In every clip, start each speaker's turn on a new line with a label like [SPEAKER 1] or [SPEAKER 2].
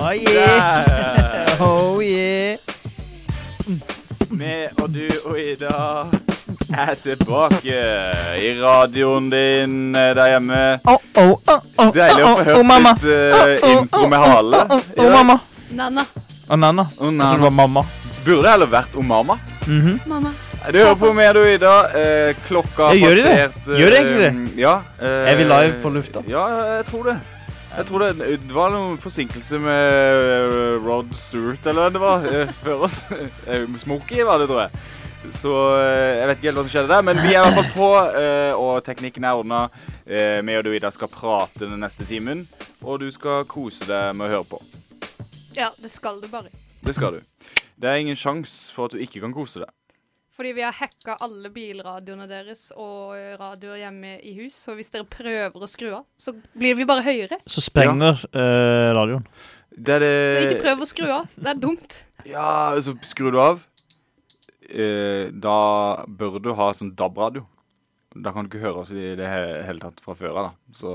[SPEAKER 1] Oh yeah! Oh yeah!
[SPEAKER 2] Vi og du og Ida er tilbake i radioen din eh, der hjemme.
[SPEAKER 1] Oh, oh, oh, oh,
[SPEAKER 2] Deilig å
[SPEAKER 1] oh,
[SPEAKER 2] få
[SPEAKER 1] oh,
[SPEAKER 2] hørt
[SPEAKER 1] oh, mamma.
[SPEAKER 2] litt eh,
[SPEAKER 1] Oh, oh,
[SPEAKER 2] intro med hale.
[SPEAKER 1] Oh, oh,
[SPEAKER 2] Ja.
[SPEAKER 1] oh, mamma.
[SPEAKER 3] Nanna.
[SPEAKER 1] Og Nanna.
[SPEAKER 2] Oh,
[SPEAKER 1] Jeg tror det
[SPEAKER 2] nei.
[SPEAKER 1] var mamma.
[SPEAKER 2] Burde det heller vært om mamma?
[SPEAKER 1] Mhm.
[SPEAKER 3] Mamma.
[SPEAKER 2] Du hører på meg, du, Ida. Eh, klokka
[SPEAKER 1] Ja, gjør de det?
[SPEAKER 2] passert eh,
[SPEAKER 1] Gjør de egentlig det?
[SPEAKER 2] mm, Ja. eh,
[SPEAKER 1] Er vi live på lufta?
[SPEAKER 2] Ja, jeg tror det. Jeg tror det, det var noen forsinkelse med eh, Rod Stewart eller hva det var eh, før oss. Eh, Smokey var det, tror jeg. Så eh, jeg vet ikke helt hva som skjedde der, men vi er i hvert fall på, eh, og teknikken er ordna. Eh, Vi og du, Ida, skal prate den neste timen, og du skal kose deg med å høre på.
[SPEAKER 3] Ja, det skal du bare.
[SPEAKER 2] Det skal du. Det er ingen sjanse for at du ikke kan kose deg.
[SPEAKER 3] Fordi vi har hacka alle bilradioene deres og eh, radioer hjemme i hus, så hvis dere prøver å skru av, så blir vi bare høyere.
[SPEAKER 1] Så sprenger eh, radioen.
[SPEAKER 2] Det er det
[SPEAKER 3] Så ikke prøv å skru av. Det er dumt.
[SPEAKER 2] Ja, så skrur du av. Eh, da bør du ha sånn DAB-radio. Da kan du ikke høre oss i det he hele tatt fra før av, da. Så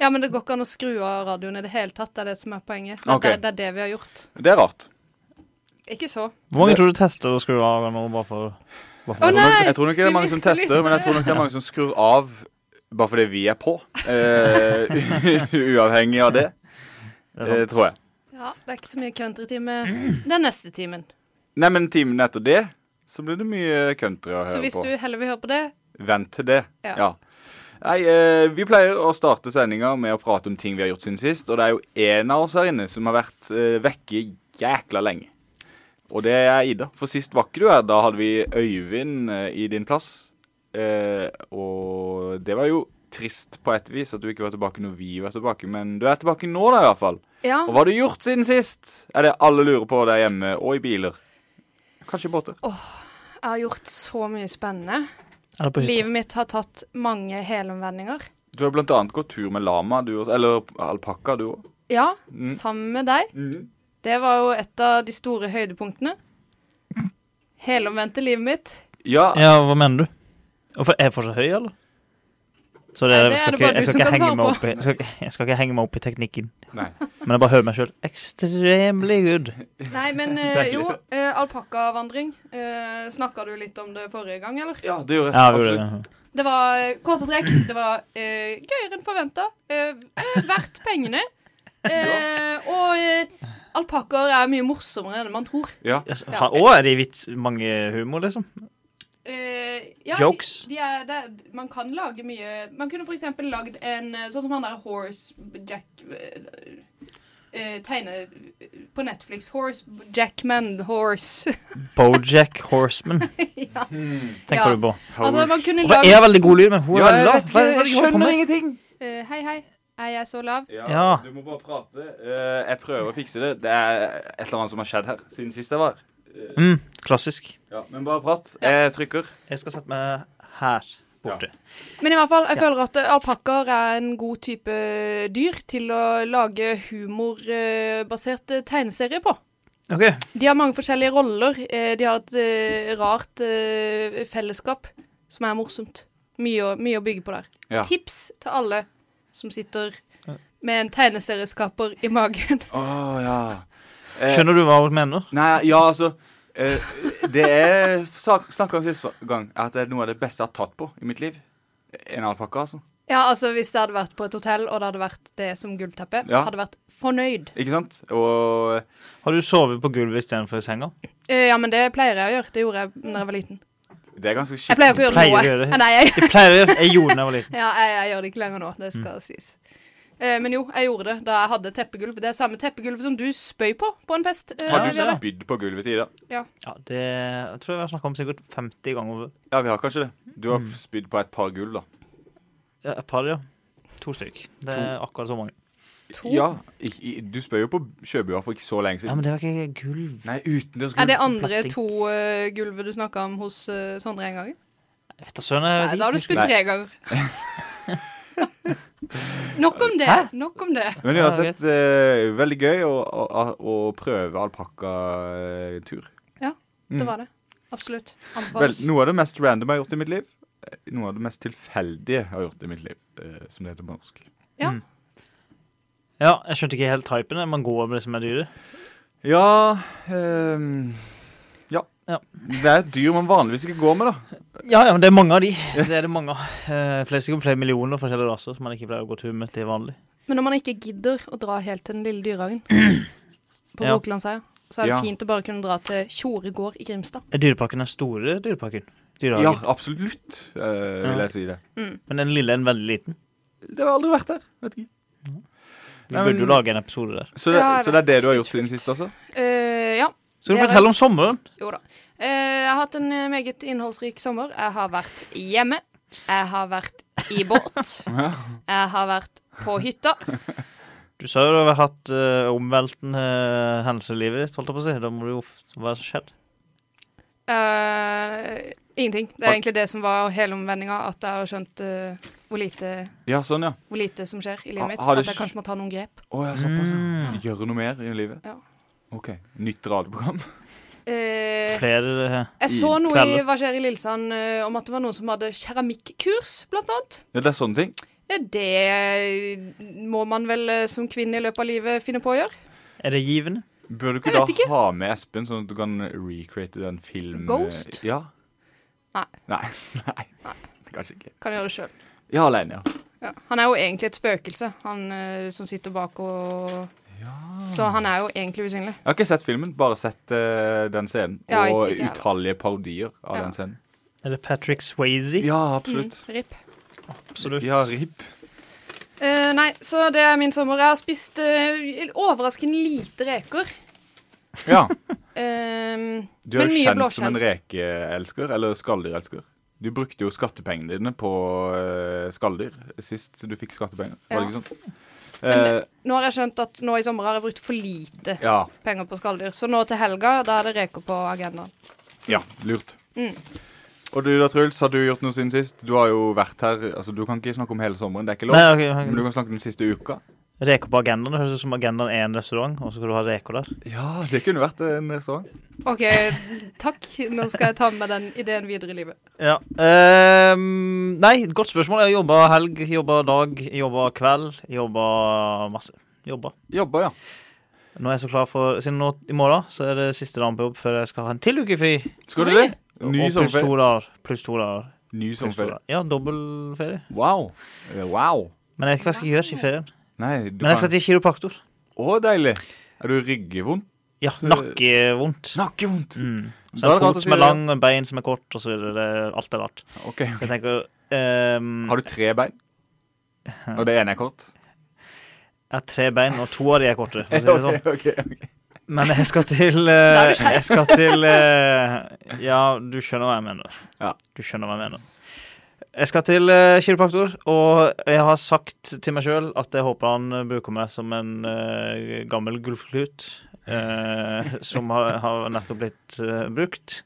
[SPEAKER 3] Ja, men det går ikke an å skru av radioen i det hele tatt. Det er det som er poenget. Det er,
[SPEAKER 2] Ok.
[SPEAKER 3] det, det, er det vi har gjort.
[SPEAKER 2] det er rart.
[SPEAKER 3] Ikke så.
[SPEAKER 1] Hvor mange tror du tester å skru av nå? Bare for, bare for
[SPEAKER 3] Å, nei!
[SPEAKER 2] jeg tror nok det
[SPEAKER 3] vi
[SPEAKER 2] er mange som
[SPEAKER 3] mister
[SPEAKER 2] tester, men jeg tror nok det er mange som skrur av bare fordi vi er på. Eh, uavhengig av det,
[SPEAKER 1] Det sånn?
[SPEAKER 2] eh,
[SPEAKER 1] er sant.
[SPEAKER 2] tror jeg.
[SPEAKER 3] Ja, det er ikke så mye countrytime den neste timen.
[SPEAKER 2] Nei, men timen etter det, så blir det mye country å
[SPEAKER 3] Så
[SPEAKER 2] høre
[SPEAKER 3] hvis
[SPEAKER 2] på.
[SPEAKER 3] du heller vil høre på det
[SPEAKER 2] Vent til det.
[SPEAKER 3] Ja.
[SPEAKER 2] Ja. Nei, eh, vi pleier å starte sendinga med å prate om ting vi har gjort siden sist. Og det er jo én av oss her inne som har vært eh, vekke jækla lenge. Og det er Ida. For sist var ikke du her. Da hadde vi Øyvind eh, i din plass. Eh, og det var jo trist på et vis at du ikke var tilbake når vi var tilbake, men du er tilbake nå, da, i hvert fall.
[SPEAKER 3] Ja,
[SPEAKER 2] Og hva har du gjort siden sist? Er det alle lurer på der hjemme, og i biler? Kanskje i båter.
[SPEAKER 3] jeg har gjort så mye spennende.
[SPEAKER 1] Er det på hytta?
[SPEAKER 3] Livet mitt har tatt mange helomvendinger.
[SPEAKER 2] Du har blant annet gått tur med lama, du også. Eller alpakka, du òg.
[SPEAKER 3] Ja,
[SPEAKER 2] Mm.
[SPEAKER 3] sammen med deg. Det var jo et av de store høydepunktene. Helomvendte livet mitt.
[SPEAKER 2] Ja,
[SPEAKER 1] Ja, hva mener du? Hvorfor- Er jeg fortsatt høy, eller? Så det,
[SPEAKER 3] Nei, det
[SPEAKER 1] jeg
[SPEAKER 3] er
[SPEAKER 1] skal
[SPEAKER 3] det
[SPEAKER 1] ikke,
[SPEAKER 3] bare
[SPEAKER 1] jeg skal
[SPEAKER 3] du som
[SPEAKER 1] ikke
[SPEAKER 3] kan
[SPEAKER 1] henge
[SPEAKER 3] svare
[SPEAKER 1] meg
[SPEAKER 3] på.
[SPEAKER 1] opp i, jeg skal, ikke- jeg skal ikke henge meg opp i teknikken.
[SPEAKER 2] Nei.
[SPEAKER 1] Men jeg bare hører meg sjøl ekstremelig good.
[SPEAKER 3] Nei, men eh, jo, uh, alpakkavandring. Uh, Snakka du litt om det forrige gang, eller?
[SPEAKER 2] ja det gjorde jeg.
[SPEAKER 1] Ja, vi gjorde
[SPEAKER 2] Absolutt.
[SPEAKER 1] det.
[SPEAKER 3] Det var eh, korte trekk. Det var eh, gøyere enn forventa. verdt pengene. Eh, og uh, alpakkaer er mye morsommere enn man tror.
[SPEAKER 2] Ja.
[SPEAKER 1] Yes,
[SPEAKER 3] Ja.
[SPEAKER 1] ha- Å, er det vits mange humor, liksom?
[SPEAKER 3] Eh, ja,
[SPEAKER 1] Jokes.
[SPEAKER 3] De, de er, det er, man kan lage mye Man kunne for eksempel lagd en eh, sånn som han der Horsejack eh, Tegne eh, på Netflix. Horse Jackman Horse.
[SPEAKER 1] Bojack Horseman,
[SPEAKER 3] ja.
[SPEAKER 2] Hmm.
[SPEAKER 1] tenker
[SPEAKER 3] Ja.
[SPEAKER 1] du på.
[SPEAKER 3] Altså, man kunne
[SPEAKER 1] Hvorfor er
[SPEAKER 3] lagd
[SPEAKER 1] veldig god lyd, men hun er
[SPEAKER 2] Ja, jeg
[SPEAKER 1] veldig lav?
[SPEAKER 2] vet
[SPEAKER 1] Hva
[SPEAKER 2] ikke,
[SPEAKER 1] er det
[SPEAKER 2] jeg
[SPEAKER 1] du holder på
[SPEAKER 2] skjønner
[SPEAKER 1] med?
[SPEAKER 2] ingenting.
[SPEAKER 3] Eh, Hei, hei. Er jeg så lav?
[SPEAKER 1] Ja.
[SPEAKER 2] Du må bare prate. Eh, jeg prøver å fikse det. Det er et eller annet som har skjedd her siden sist jeg var.
[SPEAKER 1] Mm, klassisk.
[SPEAKER 2] Ja, men bare prat.
[SPEAKER 3] Ja.
[SPEAKER 2] Jeg trykker.
[SPEAKER 1] Jeg skal sette meg her borte.
[SPEAKER 3] Men i hvert fall, jeg føler at eh, alpakkaer er en god type dyr til å lage eh, humorbaserte tegneserier på.
[SPEAKER 1] OK.
[SPEAKER 3] De har mange forskjellige roller. Eh, De har et eh, rart eh, fellesskap som er morsomt. Mye å, mye å bygge på der.
[SPEAKER 2] Ja.
[SPEAKER 3] Tips til alle som sitter med en tegneserieskaper i magen.
[SPEAKER 2] Å, ja. Eh,
[SPEAKER 1] Skjønner du hva hun mener?
[SPEAKER 2] Nei, ja, altså eh, Det er sak- snakket om sist gang at det er noe av det beste jeg har tatt på i mitt liv. En alpakka, altså.
[SPEAKER 3] Ja, altså Hvis det hadde vært på et hotell, og det hadde vært det som gulvteppe,
[SPEAKER 2] Ja.
[SPEAKER 3] hadde vært fornøyd.
[SPEAKER 2] Ikke sant? Og
[SPEAKER 1] Har du sovet på gulvet istedenfor i senga?
[SPEAKER 3] Eh, ja, men det pleier jeg å gjøre. Det gjorde jeg da jeg var liten.
[SPEAKER 2] det er ganske
[SPEAKER 3] Jeg
[SPEAKER 2] skikkelig.
[SPEAKER 3] pleier ikke å
[SPEAKER 1] Pleier å
[SPEAKER 3] gjøre det nå. jeg.
[SPEAKER 1] gjøre det.
[SPEAKER 3] Nei, jeg,
[SPEAKER 1] Det pleier jeg å gjøre. Jeg gjorde det da jeg var liten.
[SPEAKER 3] ja, jeg, jeg gjør det ikke lenger nå. Det
[SPEAKER 1] Mm.
[SPEAKER 3] skal sies. Eh, men jo, jeg gjorde det da jeg hadde teppegulv. Det er samme teppegulv som du spøy på på en fest. eh,
[SPEAKER 2] Har
[SPEAKER 1] Ja,
[SPEAKER 2] du
[SPEAKER 3] vi hadde.
[SPEAKER 2] spydd på gulvet til Ida?
[SPEAKER 1] Ja, det jeg tror jeg vi har snakka om sikkert 50 ganger.
[SPEAKER 2] Ja, vi har kanskje det. Du har spydd på et par gull, da.
[SPEAKER 1] Ja, et par, ja. To stykk. Det er akkurat så mange.
[SPEAKER 3] To?
[SPEAKER 2] Ja, i, i, du spør jo på Sjøbua for ikke så lenge
[SPEAKER 1] Ja,
[SPEAKER 2] siden.
[SPEAKER 1] Men det var ikke gulv.
[SPEAKER 2] Nei, utendørs
[SPEAKER 3] Er det
[SPEAKER 2] gulv.
[SPEAKER 3] andre
[SPEAKER 1] platting.
[SPEAKER 3] to eh, gulvet du snakka om hos eh, Sondre en gang?
[SPEAKER 1] Jeg vet da søren. jeg
[SPEAKER 3] Nei,
[SPEAKER 1] vet
[SPEAKER 3] da har du
[SPEAKER 1] ikke.
[SPEAKER 3] spurt
[SPEAKER 2] Nei.
[SPEAKER 3] tre ganger. Nok om det. Nok om det.
[SPEAKER 2] Men
[SPEAKER 1] Ja,
[SPEAKER 2] uansett, eh, veldig gøy å, å, å prøve alpakkatur.
[SPEAKER 3] Det var det. Absolutt.
[SPEAKER 2] Mm. Vel,
[SPEAKER 3] Anbefales.
[SPEAKER 2] noe av det mest random jeg har gjort i mitt liv. eh, Noe av det mest tilfeldige jeg har gjort i mitt liv, eh, som det heter på norsk.
[SPEAKER 3] Ja.
[SPEAKER 1] Ja, jeg skjønte ikke helt hypen. der. Man går med det som er dyret.
[SPEAKER 2] Ja ehm, ja.
[SPEAKER 1] Ja.
[SPEAKER 2] Det er et dyr man vanligvis ikke går med, da.
[SPEAKER 1] Ja, ja, men det er mange av de. Det er det mange av. Eh, flere, sikkert flere millioner forskjellige raser som man ikke pleier å gå tur med til vanlig.
[SPEAKER 3] Men når man ikke gidder å dra helt til den lille dyrehagen på
[SPEAKER 1] Ja.
[SPEAKER 3] Brokelandsheia, så er det
[SPEAKER 2] Ja.
[SPEAKER 3] fint å bare kunne dra til Tjore gård i Grimstad.
[SPEAKER 1] Er Dyreparken den store dyreparken?
[SPEAKER 2] Ja,
[SPEAKER 1] Dyrehagen.
[SPEAKER 2] absolutt, eh, vil jeg si det.
[SPEAKER 1] Men den lille er en veldig liten.
[SPEAKER 2] Det har aldri vært der. Vet ikke.
[SPEAKER 1] Vi
[SPEAKER 2] Nei,
[SPEAKER 1] burde
[SPEAKER 2] men-
[SPEAKER 1] jo lage en episode der.
[SPEAKER 2] Så det,
[SPEAKER 3] Ja, jeg
[SPEAKER 2] så det er
[SPEAKER 3] vet.
[SPEAKER 2] det du har gjort siden sist, altså?
[SPEAKER 3] Eh, ja.
[SPEAKER 1] Skal du
[SPEAKER 3] Jeg
[SPEAKER 1] fortelle
[SPEAKER 3] vet.
[SPEAKER 1] om sommeren?
[SPEAKER 3] Jo da. Eh, jeg har hatt en eh, meget innholdsrik sommer. Jeg har vært hjemme. Jeg har vært i båt.
[SPEAKER 2] Ja.
[SPEAKER 3] Jeg har vært på hytta.
[SPEAKER 1] Du sa jo du har hatt eh, omveltende eh, hendelser i livet ditt, holdt jeg på å si. Da må du jo f- Hva er det som skjedde?
[SPEAKER 3] Eh, ingenting. Det er egentlig det som var hele omvendinga, at jeg har skjønt eh, hvor, lite,
[SPEAKER 2] ja, sånn, ja.
[SPEAKER 3] hvor lite som skjer i
[SPEAKER 2] Ha-
[SPEAKER 3] livet mitt.
[SPEAKER 2] har du
[SPEAKER 3] At jeg
[SPEAKER 2] ikke-
[SPEAKER 3] kanskje må ta noen grep.
[SPEAKER 2] Å ja, såpass. ja.
[SPEAKER 1] Mm.
[SPEAKER 2] Gjøre noe mer i livet?
[SPEAKER 3] Ja.
[SPEAKER 2] OK. Nytt radioprogram?
[SPEAKER 3] Eh,
[SPEAKER 1] Flere eh,
[SPEAKER 3] jeg så noe i
[SPEAKER 1] kvelder.
[SPEAKER 3] Hva skjer i Lillesand eh, om at det var noen som hadde keramikkurs, blant annet.
[SPEAKER 2] Ja, det er sånne ting.
[SPEAKER 3] Eh, Det må man vel eh, som kvinne i løpet av livet finne på å gjøre.
[SPEAKER 1] Er det givende?
[SPEAKER 2] Bør du
[SPEAKER 3] Jeg
[SPEAKER 2] ikke da
[SPEAKER 3] vet ikke.
[SPEAKER 2] ha med Espen, sånn at du kan recreate den filmen?
[SPEAKER 3] Ghost?
[SPEAKER 2] Ja.
[SPEAKER 3] Nei.
[SPEAKER 2] Nei. Nei. Kanskje ikke.
[SPEAKER 3] Kan gjøre det sjøl.
[SPEAKER 2] Ja, alene, ja.
[SPEAKER 3] Ja. Han er jo egentlig et spøkelse, han eh, som sitter bak og
[SPEAKER 2] ja.
[SPEAKER 3] Så han er jo egentlig usynlig.
[SPEAKER 2] Jeg har ikke sett filmen, bare sett eh, den scenen.
[SPEAKER 3] Ja,
[SPEAKER 2] og
[SPEAKER 3] ikke jeg heller.
[SPEAKER 2] utallige parodier av
[SPEAKER 3] Ja.
[SPEAKER 2] den scenen.
[SPEAKER 1] Er det Patrick Swayze?
[SPEAKER 2] Ja, absolutt.
[SPEAKER 3] Mm, RIP. Mm.
[SPEAKER 1] Absolutt.
[SPEAKER 2] Ja, RIP.
[SPEAKER 3] Eh, nei, så det er min sommer. Jeg har spist eh, overraskende lite reker.
[SPEAKER 2] Ja.
[SPEAKER 3] Ehm,
[SPEAKER 2] Du er jo
[SPEAKER 3] Men mye
[SPEAKER 2] kjent
[SPEAKER 3] blåskjell.
[SPEAKER 2] som en rekeelsker, eller skalldyrelsker. Du brukte jo skattepengene dine på eh, skalldyr sist du fikk skattepenger. Var det ikke sånn? Eh,
[SPEAKER 3] nå har jeg skjønt at nå i sommer har jeg brukt for lite
[SPEAKER 2] ja.
[SPEAKER 3] penger på skalldyr. Så nå til helga, da er det reker på agendaen.
[SPEAKER 2] Ja, lurt.
[SPEAKER 3] Mm.
[SPEAKER 2] Og du da, Truls, har du gjort noe siden sist? Du har jo vært her Altså, du kan ikke snakke om hele sommeren, det er ikke lov.
[SPEAKER 1] Nei, ok,
[SPEAKER 2] Men
[SPEAKER 1] ok.
[SPEAKER 2] du kan snakke om den siste uka.
[SPEAKER 1] Reker på agendaen. Det høres ut som agendaen er en restaurant, og så skal du ha reker der.
[SPEAKER 2] Ja, det kunne vært en restaurant.
[SPEAKER 3] OK, takk. Nå skal jeg ta med den ideen videre i livet.
[SPEAKER 1] Ja. ehm, nei, godt spørsmål. Jeg jobba helg, jobba dag, jobba kveld, jobba masse. Jobba.
[SPEAKER 2] Jobba, ja.
[SPEAKER 1] Nå er jeg så klar for Siden nå i morgen så er det siste dagen på jobb før jeg skal ha en til uke fri.
[SPEAKER 2] Skal du
[SPEAKER 3] Oi.
[SPEAKER 2] det? Ny
[SPEAKER 1] og pluss to
[SPEAKER 2] sommerferie.
[SPEAKER 1] dager. Pluss to dager.
[SPEAKER 2] Ny
[SPEAKER 1] Pluss to
[SPEAKER 2] sommerferie.
[SPEAKER 1] dager. Ja, dobbel ferie.
[SPEAKER 2] Wow. Eh, Wow.
[SPEAKER 1] Men jeg vet ikke hva jeg skal gjøre i ferien.
[SPEAKER 2] Nei, du
[SPEAKER 1] Men jeg skal
[SPEAKER 2] kan
[SPEAKER 1] til kiropraktor.
[SPEAKER 2] Å, deilig. Er du ryggevondt?
[SPEAKER 1] Ja,
[SPEAKER 2] Så-
[SPEAKER 1] nakkevondt.
[SPEAKER 2] Nakkevondt.
[SPEAKER 1] Mm.
[SPEAKER 2] Da
[SPEAKER 1] Så det
[SPEAKER 2] er
[SPEAKER 1] er
[SPEAKER 2] det rart
[SPEAKER 1] en
[SPEAKER 2] å
[SPEAKER 1] fot
[SPEAKER 2] si
[SPEAKER 1] som er
[SPEAKER 2] det.
[SPEAKER 1] lang, Mm. og en bein som er kort, og så videre. Det er- Alt er rart.
[SPEAKER 2] OK.
[SPEAKER 1] Så jeg tenker ehm,
[SPEAKER 2] Har du tre bein? Og det ene er kort?
[SPEAKER 1] Jeg har tre bein, og to av de er korte. For å si det sånn.
[SPEAKER 2] Ok, ok, ok.
[SPEAKER 1] Men jeg skal til
[SPEAKER 3] Da er
[SPEAKER 1] eh,
[SPEAKER 3] du skeiv.
[SPEAKER 1] Jeg skal til eh, Ja, du skjønner hva jeg mener.
[SPEAKER 2] Ja.
[SPEAKER 1] Du skjønner hva jeg mener. Jeg skal til eh, kiropraktor, og jeg har sagt til meg sjøl at jeg håper han eh, bruker meg som en eh, gammel gullklut. eh, som har, har nettopp blitt eh, brukt.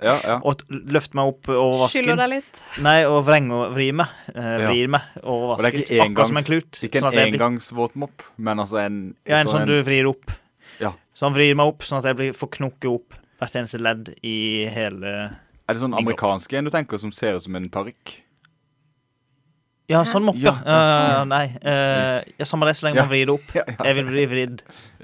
[SPEAKER 2] Ja, ja.
[SPEAKER 1] Og t- løfter meg opp over
[SPEAKER 3] Skylder
[SPEAKER 1] vasken.
[SPEAKER 3] deg litt.
[SPEAKER 1] Nei, og vrenger og vrir meg. eh,
[SPEAKER 2] Ja.
[SPEAKER 1] vrir meg
[SPEAKER 2] Og
[SPEAKER 1] over
[SPEAKER 2] det er
[SPEAKER 1] vasken.
[SPEAKER 2] ikke
[SPEAKER 1] Akkurat som en
[SPEAKER 2] engangs-
[SPEAKER 1] klut.
[SPEAKER 2] Ikke
[SPEAKER 1] sånn
[SPEAKER 2] en
[SPEAKER 1] at jeg blir-
[SPEAKER 2] engangsvåtmopp, men altså en
[SPEAKER 1] Ja, en sånn du vrir opp.
[SPEAKER 2] Ja.
[SPEAKER 1] Så han vrir meg opp, sånn at jeg blir, får knokke opp hvert eneste ledd i hele
[SPEAKER 2] Er det sånn amerikansk en du tenker som ser ut som en parykk?
[SPEAKER 1] Ja, sånn moppe.
[SPEAKER 2] Ja,
[SPEAKER 1] Ja, nei. eh, ja, samme det, så lenge
[SPEAKER 2] Ja.
[SPEAKER 1] man vrir det opp. Jeg vil bli vridd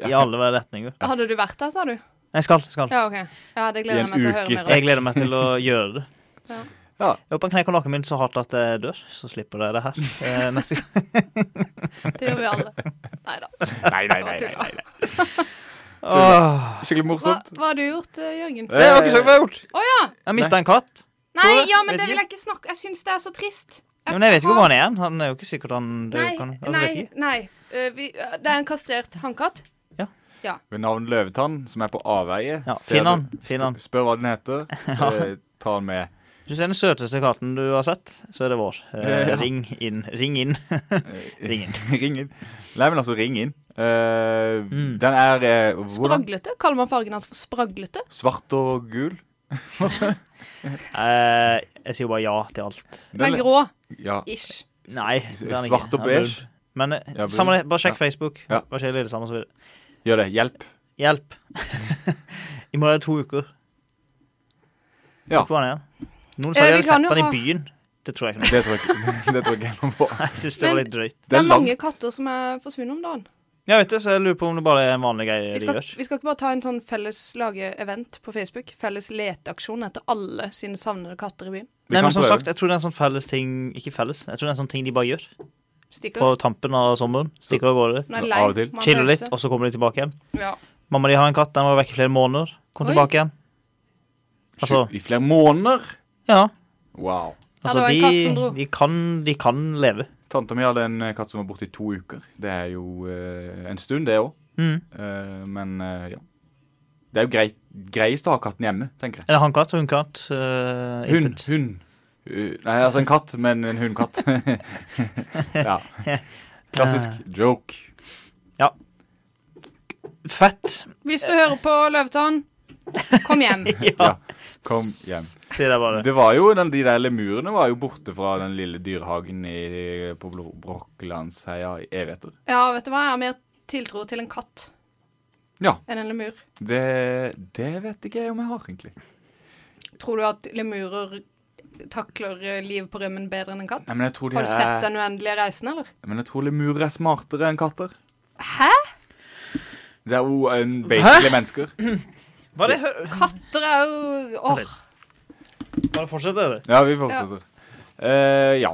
[SPEAKER 1] i alle retninger.
[SPEAKER 3] Hadde du vært der, sa du?
[SPEAKER 1] Jeg skal. skal.
[SPEAKER 3] Ja, OK. Ja, Det gleder
[SPEAKER 2] I en
[SPEAKER 3] jeg meg til å
[SPEAKER 2] uke i
[SPEAKER 3] høre mer om.
[SPEAKER 1] Jeg gleder meg til å gjøre det.
[SPEAKER 3] Ja.
[SPEAKER 2] Ja.
[SPEAKER 1] Jeg håper han knekker nakken min så hardt at jeg dør, så slipper jeg det her eh, neste gang.
[SPEAKER 3] Det gjør vi alle. Nei da.
[SPEAKER 2] Nei, nei, nei. nei, nei, nei. Skikkelig
[SPEAKER 3] Hva,
[SPEAKER 2] morsomt.
[SPEAKER 3] hva har du gjort, eh, Jørgen?
[SPEAKER 1] Det har jeg ikke sagt hva jeg har gjort.
[SPEAKER 3] Å ja!
[SPEAKER 1] Jeg mista en katt.
[SPEAKER 3] Nei,
[SPEAKER 1] Tore,
[SPEAKER 3] ja,
[SPEAKER 1] vet
[SPEAKER 3] men det
[SPEAKER 1] ikke.
[SPEAKER 3] vil jeg ikke snakke Jeg syns det er så trist.
[SPEAKER 1] Ja, Men jeg vet ikke hvor han er. Han er jo ikke sikkert han det
[SPEAKER 3] Nei,
[SPEAKER 1] kan, jeg vet
[SPEAKER 3] nei,
[SPEAKER 1] ikke.
[SPEAKER 3] nei. Eh, vi, eh, det er en kastrert hannkatt.
[SPEAKER 2] Eh, Ved navn Løvetann, som er på avveie.
[SPEAKER 1] Ja,
[SPEAKER 2] Ser
[SPEAKER 1] finn
[SPEAKER 2] du-
[SPEAKER 1] han, finn han.
[SPEAKER 2] Spør, spør hva den heter. eh, Ta den med.
[SPEAKER 1] Hvis det er den søteste katten du har sett, så er det vår. Eh,
[SPEAKER 2] Ja.
[SPEAKER 1] Ring inn. Ring inn. Ring inn.
[SPEAKER 2] eh, ring inn. Nei, men altså, ring inn. Eh,
[SPEAKER 1] Mm.
[SPEAKER 2] Den er eh, hvordan?
[SPEAKER 3] Spraglete. Kaller man fargen hans for spraglete?
[SPEAKER 2] Svart og gul.
[SPEAKER 1] Eh, jeg sier bare ja til alt.
[SPEAKER 2] Den
[SPEAKER 3] Den er
[SPEAKER 2] er-
[SPEAKER 3] grå.
[SPEAKER 2] Ja.
[SPEAKER 3] Ish.
[SPEAKER 1] Nei, det er han ikke.
[SPEAKER 2] Svart og
[SPEAKER 1] Han er
[SPEAKER 2] beige.
[SPEAKER 1] brun. Men eh,
[SPEAKER 2] Ja, brun.
[SPEAKER 1] samme det, bare sjekk Facebook.
[SPEAKER 2] Ja.
[SPEAKER 1] Hva skjer i Lillesand og så videre.
[SPEAKER 2] Gjør det. Hjelp.
[SPEAKER 1] Hjelp. I morgen er det to uker.
[SPEAKER 2] Ja.
[SPEAKER 1] Hvor er han igjen? Noen sa
[SPEAKER 3] Eh,
[SPEAKER 1] de
[SPEAKER 3] vi
[SPEAKER 1] hadde
[SPEAKER 3] kan
[SPEAKER 1] sett
[SPEAKER 3] jo
[SPEAKER 1] han i
[SPEAKER 3] ha-
[SPEAKER 1] byen. Det tror jeg ikke noe på.
[SPEAKER 2] Det tror jeg ikke det tror jeg ikke noe på.
[SPEAKER 1] Jeg syns det var
[SPEAKER 3] Men-
[SPEAKER 1] litt drøyt.
[SPEAKER 3] Det er mange
[SPEAKER 2] langt.
[SPEAKER 3] katter som er forsvunnet om dagen.
[SPEAKER 1] Jeg vet det, så jeg lurer på om det bare er en vanlig greie
[SPEAKER 3] Vi
[SPEAKER 1] de
[SPEAKER 3] skal,
[SPEAKER 1] gjør.
[SPEAKER 3] vi skal ikke bare ta en sånn felles lage-event på Facebook? Felles leteaksjon etter alle sine savnede katter i byen?
[SPEAKER 2] Vi
[SPEAKER 1] Nei,
[SPEAKER 2] kan
[SPEAKER 1] men som
[SPEAKER 2] prøve.
[SPEAKER 1] sagt, jeg tror det er en sånn felles ting Ikke felles, jeg tror det er en sånn ting de bare gjør. På
[SPEAKER 3] Stikker.
[SPEAKER 1] tampen av sommeren. Stikker av gårde.
[SPEAKER 3] Nå er
[SPEAKER 2] Av
[SPEAKER 3] jeg lei.
[SPEAKER 2] og til.
[SPEAKER 3] må ha
[SPEAKER 1] Chiller
[SPEAKER 3] pause.
[SPEAKER 1] litt, og så kommer de tilbake igjen.
[SPEAKER 3] Ja.
[SPEAKER 1] Mamma de har en katt, den var vekk i flere måneder. Kom
[SPEAKER 3] Oi.
[SPEAKER 1] tilbake igjen. Altså,
[SPEAKER 2] I flere måneder?
[SPEAKER 1] ja.
[SPEAKER 2] Wow.
[SPEAKER 3] Ja, det
[SPEAKER 1] Altså,
[SPEAKER 3] var en katt som
[SPEAKER 1] de,
[SPEAKER 3] dro.
[SPEAKER 1] de, kan, de kan leve.
[SPEAKER 2] Tanta mi hadde en eh, katt som var borte i to uker. Det er jo eh, en stund, det òg.
[SPEAKER 1] Mm.
[SPEAKER 2] men eh, ja. Det er jo greit, greiest å ha katten hjemme, tenker jeg.
[SPEAKER 1] Eller hannkatt og hunnkatt. Uh,
[SPEAKER 2] Hund. Hund. Uh, nei, altså en katt, men en hundkatt. ja. Klassisk joke.
[SPEAKER 1] Fett.
[SPEAKER 3] Hvis du hører på Løvetann, kom hjem.
[SPEAKER 1] Ja,
[SPEAKER 2] Ja. Kom hjem.
[SPEAKER 1] si det bare.
[SPEAKER 2] Det var jo, den, De der lemurene var jo borte fra den lille dyrehagen i, på Bro- Brokklandsheia i evigheter.
[SPEAKER 3] Ja, vet du hva? Jeg har mer tiltro til en katt
[SPEAKER 2] Ja.
[SPEAKER 3] enn en lemur.
[SPEAKER 2] Det, det vet ikke jeg om jeg har, egentlig.
[SPEAKER 3] Tror du at lemurer takler eh, livet på rømmen bedre enn en katt?
[SPEAKER 2] Nei, men, jeg tror de
[SPEAKER 3] Har du sett
[SPEAKER 2] er,
[SPEAKER 3] Den uendelige reisen, eller?
[SPEAKER 2] men jeg tror lemurer er smartere enn katter.
[SPEAKER 3] Hæ?
[SPEAKER 2] Det er jo en basically mennesker.
[SPEAKER 1] Var det, hø-
[SPEAKER 3] Katter er jo Åh.
[SPEAKER 1] bare fortsett, dere.
[SPEAKER 2] Ja, vi fortsetter. Eh, ja.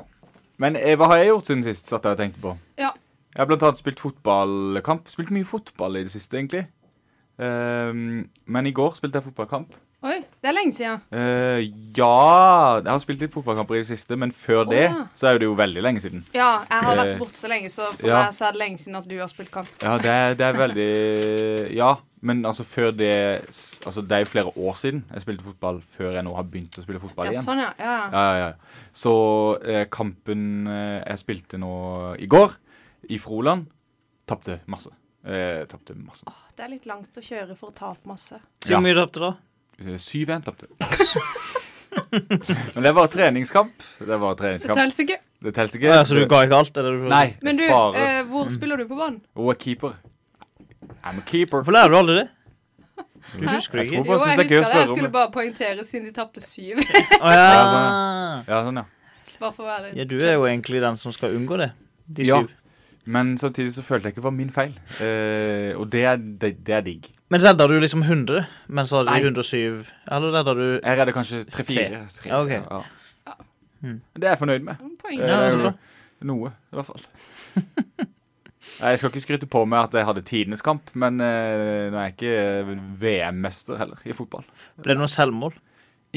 [SPEAKER 2] Men eh, hva har jeg gjort siden sist, satt jeg og tenkte på.
[SPEAKER 3] Ja.
[SPEAKER 2] Jeg har blant annet spilt fotballkamp. Spilt mye fotball i det siste, egentlig. Eh, men i går spilte jeg fotballkamp.
[SPEAKER 3] Oi, det er lenge siden.
[SPEAKER 2] Eh, ja Jeg har spilt litt fotballkamper i det siste, men før
[SPEAKER 3] Å,
[SPEAKER 2] det
[SPEAKER 3] ja.
[SPEAKER 2] så er det jo veldig lenge siden.
[SPEAKER 3] Ja, jeg har vært
[SPEAKER 2] Eh,
[SPEAKER 3] borte så lenge, så for
[SPEAKER 2] ja.
[SPEAKER 3] meg så er det lenge siden at du har spilt kamp.
[SPEAKER 2] Ja, det er, det er veldig Ja, men altså før det s- Altså det er jo flere år siden jeg spilte fotball før jeg nå har begynt å spille fotball
[SPEAKER 3] Ja,
[SPEAKER 2] igjen.
[SPEAKER 3] sånn, ja. ja. ja.
[SPEAKER 2] Ja, ja, ja. Så eh, kampen eh, jeg spilte nå i går, i Froland, tapte masse. Eh, tapte masse.
[SPEAKER 3] Åh, det er litt langt å kjøre for å ta opp masse.
[SPEAKER 1] Si hvor
[SPEAKER 2] Ja.
[SPEAKER 1] mye du tapte, da.
[SPEAKER 2] 7-1 tapte. Men det var treningskamp. Det var treningskamp.
[SPEAKER 3] telles ikke.
[SPEAKER 2] Det telles ikke.
[SPEAKER 1] Ah, Ja, så du ga ikke alt? er det du prøver å si?
[SPEAKER 2] Nei,
[SPEAKER 3] Men du,
[SPEAKER 2] jeg sparer. Mm.
[SPEAKER 3] eh, hvor spiller du på banen?
[SPEAKER 2] Hun er keeper. I'm a keeper.
[SPEAKER 1] Hvorfor lærer du aldri det? Du
[SPEAKER 2] Hæ?
[SPEAKER 1] husker det
[SPEAKER 2] Jeg
[SPEAKER 1] ikke.
[SPEAKER 2] tror bare synes det er gøy å spørre om det.
[SPEAKER 3] bare poengtere siden de tapte syv.
[SPEAKER 1] Å ja.
[SPEAKER 2] Ja, sånn, ja.
[SPEAKER 3] bare for å være
[SPEAKER 1] Ah, ja. Du er jo egentlig den som skal unngå det. De
[SPEAKER 2] Ja.
[SPEAKER 1] syv.
[SPEAKER 2] Men samtidig så følte jeg ikke det var min feil. Eh, og det er, det, det er digg.
[SPEAKER 1] Men redda du liksom 100, men så hadde
[SPEAKER 2] Nei.
[SPEAKER 1] du 107? Eller redda du
[SPEAKER 2] Jeg redder kanskje tre-fire.
[SPEAKER 1] Ja, ok.
[SPEAKER 3] Ja.
[SPEAKER 1] Mm.
[SPEAKER 2] Det er jeg fornøyd med.
[SPEAKER 3] Poeng.
[SPEAKER 1] Ja, det er
[SPEAKER 2] Eh,
[SPEAKER 1] bra.
[SPEAKER 2] Noe, i hvert fall. Nei, Jeg skal ikke skryte på meg at jeg hadde tidenes kamp, men eh, nå er jeg ikke eh, VM-mester heller i fotball.
[SPEAKER 1] Ble det noe selvmål?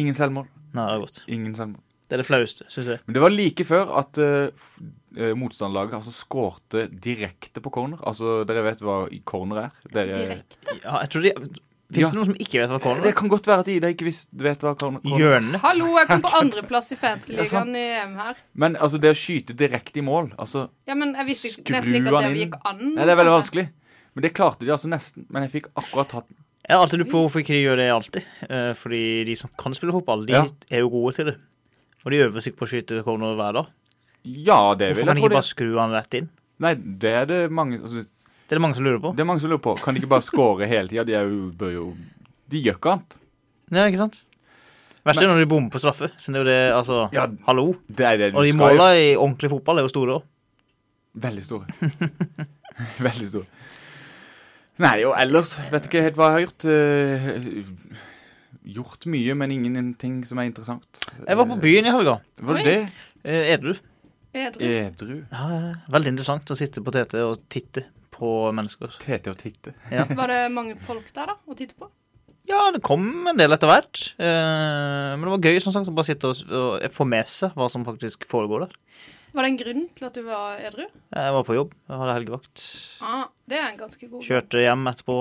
[SPEAKER 2] Ingen selvmål.
[SPEAKER 1] Nei, det er godt.
[SPEAKER 2] Ingen selvmål.
[SPEAKER 1] Det er det flaueste, syns jeg.
[SPEAKER 2] Men det var like før at eh, f- eh, motstanderlaget altså skårte direkte på corner. Altså, dere vet hva corner er? Dere,
[SPEAKER 3] Direkte.
[SPEAKER 1] Ja, jeg tror de Fins
[SPEAKER 2] Ja.
[SPEAKER 1] det noen som ikke vet hva corner
[SPEAKER 2] Det
[SPEAKER 1] er?
[SPEAKER 2] kan godt være at de de ikke visst- vet hva corner, corner
[SPEAKER 1] Hjørne.
[SPEAKER 3] Hallo, jeg kom på andreplass i
[SPEAKER 2] Ja, sant.
[SPEAKER 3] fansligaen i EM her.
[SPEAKER 2] Men altså, det å skyte direkte i mål altså,
[SPEAKER 3] Ja, men jeg visste ikke-
[SPEAKER 2] Skru
[SPEAKER 3] nesten ikke at
[SPEAKER 2] han
[SPEAKER 3] det
[SPEAKER 2] inn.
[SPEAKER 3] gikk an.
[SPEAKER 2] Nei, det er veldig vanskelig. Men det klarte de altså nesten. Men jeg fikk akkurat tatt den.
[SPEAKER 1] Jeg har alltid lurt på hvorfor ikke de gjør det alltid. Eh, Fordi de som kan spille fotball, de
[SPEAKER 2] Ja.
[SPEAKER 1] er jo gode til det. Og de øver seg på å skyte corner hver dag.
[SPEAKER 2] Ja, det
[SPEAKER 1] Hvorfor
[SPEAKER 2] vil
[SPEAKER 1] kan
[SPEAKER 2] jeg
[SPEAKER 1] de
[SPEAKER 2] tro.
[SPEAKER 1] ikke
[SPEAKER 2] Det.
[SPEAKER 1] bare skru han rett inn?
[SPEAKER 2] Nei, det er det mange altså,
[SPEAKER 1] Det er det mange som lurer på.
[SPEAKER 2] Det er mange som lurer på. Kan de ikke bare score hele tida? De er jo, bør jo De gjør ikke annet.
[SPEAKER 1] Ja, ikke sant? Verst er når de bommer på straffe. Så det er jo det, altså
[SPEAKER 2] Ja,
[SPEAKER 1] Hallo.
[SPEAKER 2] Det er det du
[SPEAKER 1] Og de
[SPEAKER 2] skal
[SPEAKER 1] måla i ordentlig fotball er jo store òg.
[SPEAKER 2] Veldig store. Veldig store. Nei, og ellers vet ikke helt hva jeg har gjort. Eh, gjort mye, men ingenting som er interessant.
[SPEAKER 1] Jeg var på byen i helga.
[SPEAKER 2] Eh, Var
[SPEAKER 3] Oi.
[SPEAKER 2] det det?
[SPEAKER 1] Eh, Edru.
[SPEAKER 3] Edru.
[SPEAKER 2] Edru.
[SPEAKER 1] Ja, ja, ja. veldig interessant å sitte på TT og titte på mennesker.
[SPEAKER 2] TT og Titte.
[SPEAKER 3] Var det mange folk der, da, å titte på?
[SPEAKER 1] Ja, det kom en del etter hvert. Eh, men det var gøy som sagt, å bare sitte og, og få med seg hva som faktisk foregår der.
[SPEAKER 3] Var det en grunn til at du var edru?
[SPEAKER 1] Jeg var på jobb, jeg hadde helgevakt.
[SPEAKER 3] Ah, det er en ganske god grunn.
[SPEAKER 1] Kjørte hjem etterpå.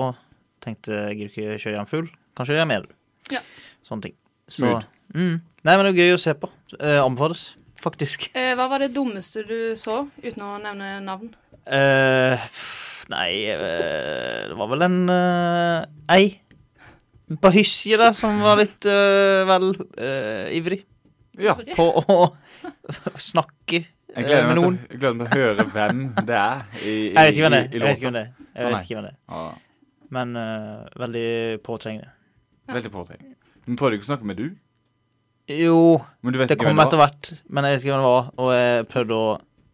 [SPEAKER 1] Tenkte jeg gidder ikke kjøre hjem full. Kanskje jeg er med edru.
[SPEAKER 3] Ja.
[SPEAKER 1] Sånne ting. Så,
[SPEAKER 2] Smooth.
[SPEAKER 1] mm. Nei, men det er gøy å se på. Eh, anbefales, faktisk.
[SPEAKER 3] Eh, hva var det dummeste du så, uten å nevne navn?
[SPEAKER 1] Eh, pff, nei eh, Det var vel en uh, ei på hysje der som var litt eh, vel eh, ivrig
[SPEAKER 2] Ja.
[SPEAKER 1] på å snakke
[SPEAKER 2] Jeg
[SPEAKER 1] eh,
[SPEAKER 2] gleder,
[SPEAKER 1] med
[SPEAKER 2] meg til,
[SPEAKER 1] noen.
[SPEAKER 2] jeg gleder meg til å høre hvem det er i, i,
[SPEAKER 1] Jeg vet ikke hvem det
[SPEAKER 2] i-
[SPEAKER 1] er.
[SPEAKER 2] i
[SPEAKER 1] Jeg vet ikke
[SPEAKER 2] låta.
[SPEAKER 1] hvem det er.
[SPEAKER 2] Å,
[SPEAKER 1] Jeg
[SPEAKER 2] nei.
[SPEAKER 1] vet ikke hvem det er.
[SPEAKER 2] Ja,
[SPEAKER 1] Men eh, veldig påtrengende.
[SPEAKER 2] veldig påtrengende. Men prøvde du ikke å snakke med du?
[SPEAKER 1] Jo,
[SPEAKER 2] Men du vet
[SPEAKER 1] det
[SPEAKER 2] ikke hvem
[SPEAKER 1] kom etter
[SPEAKER 2] var?
[SPEAKER 1] hvert, men jeg visste ikke hvem det var, og jeg prøvde å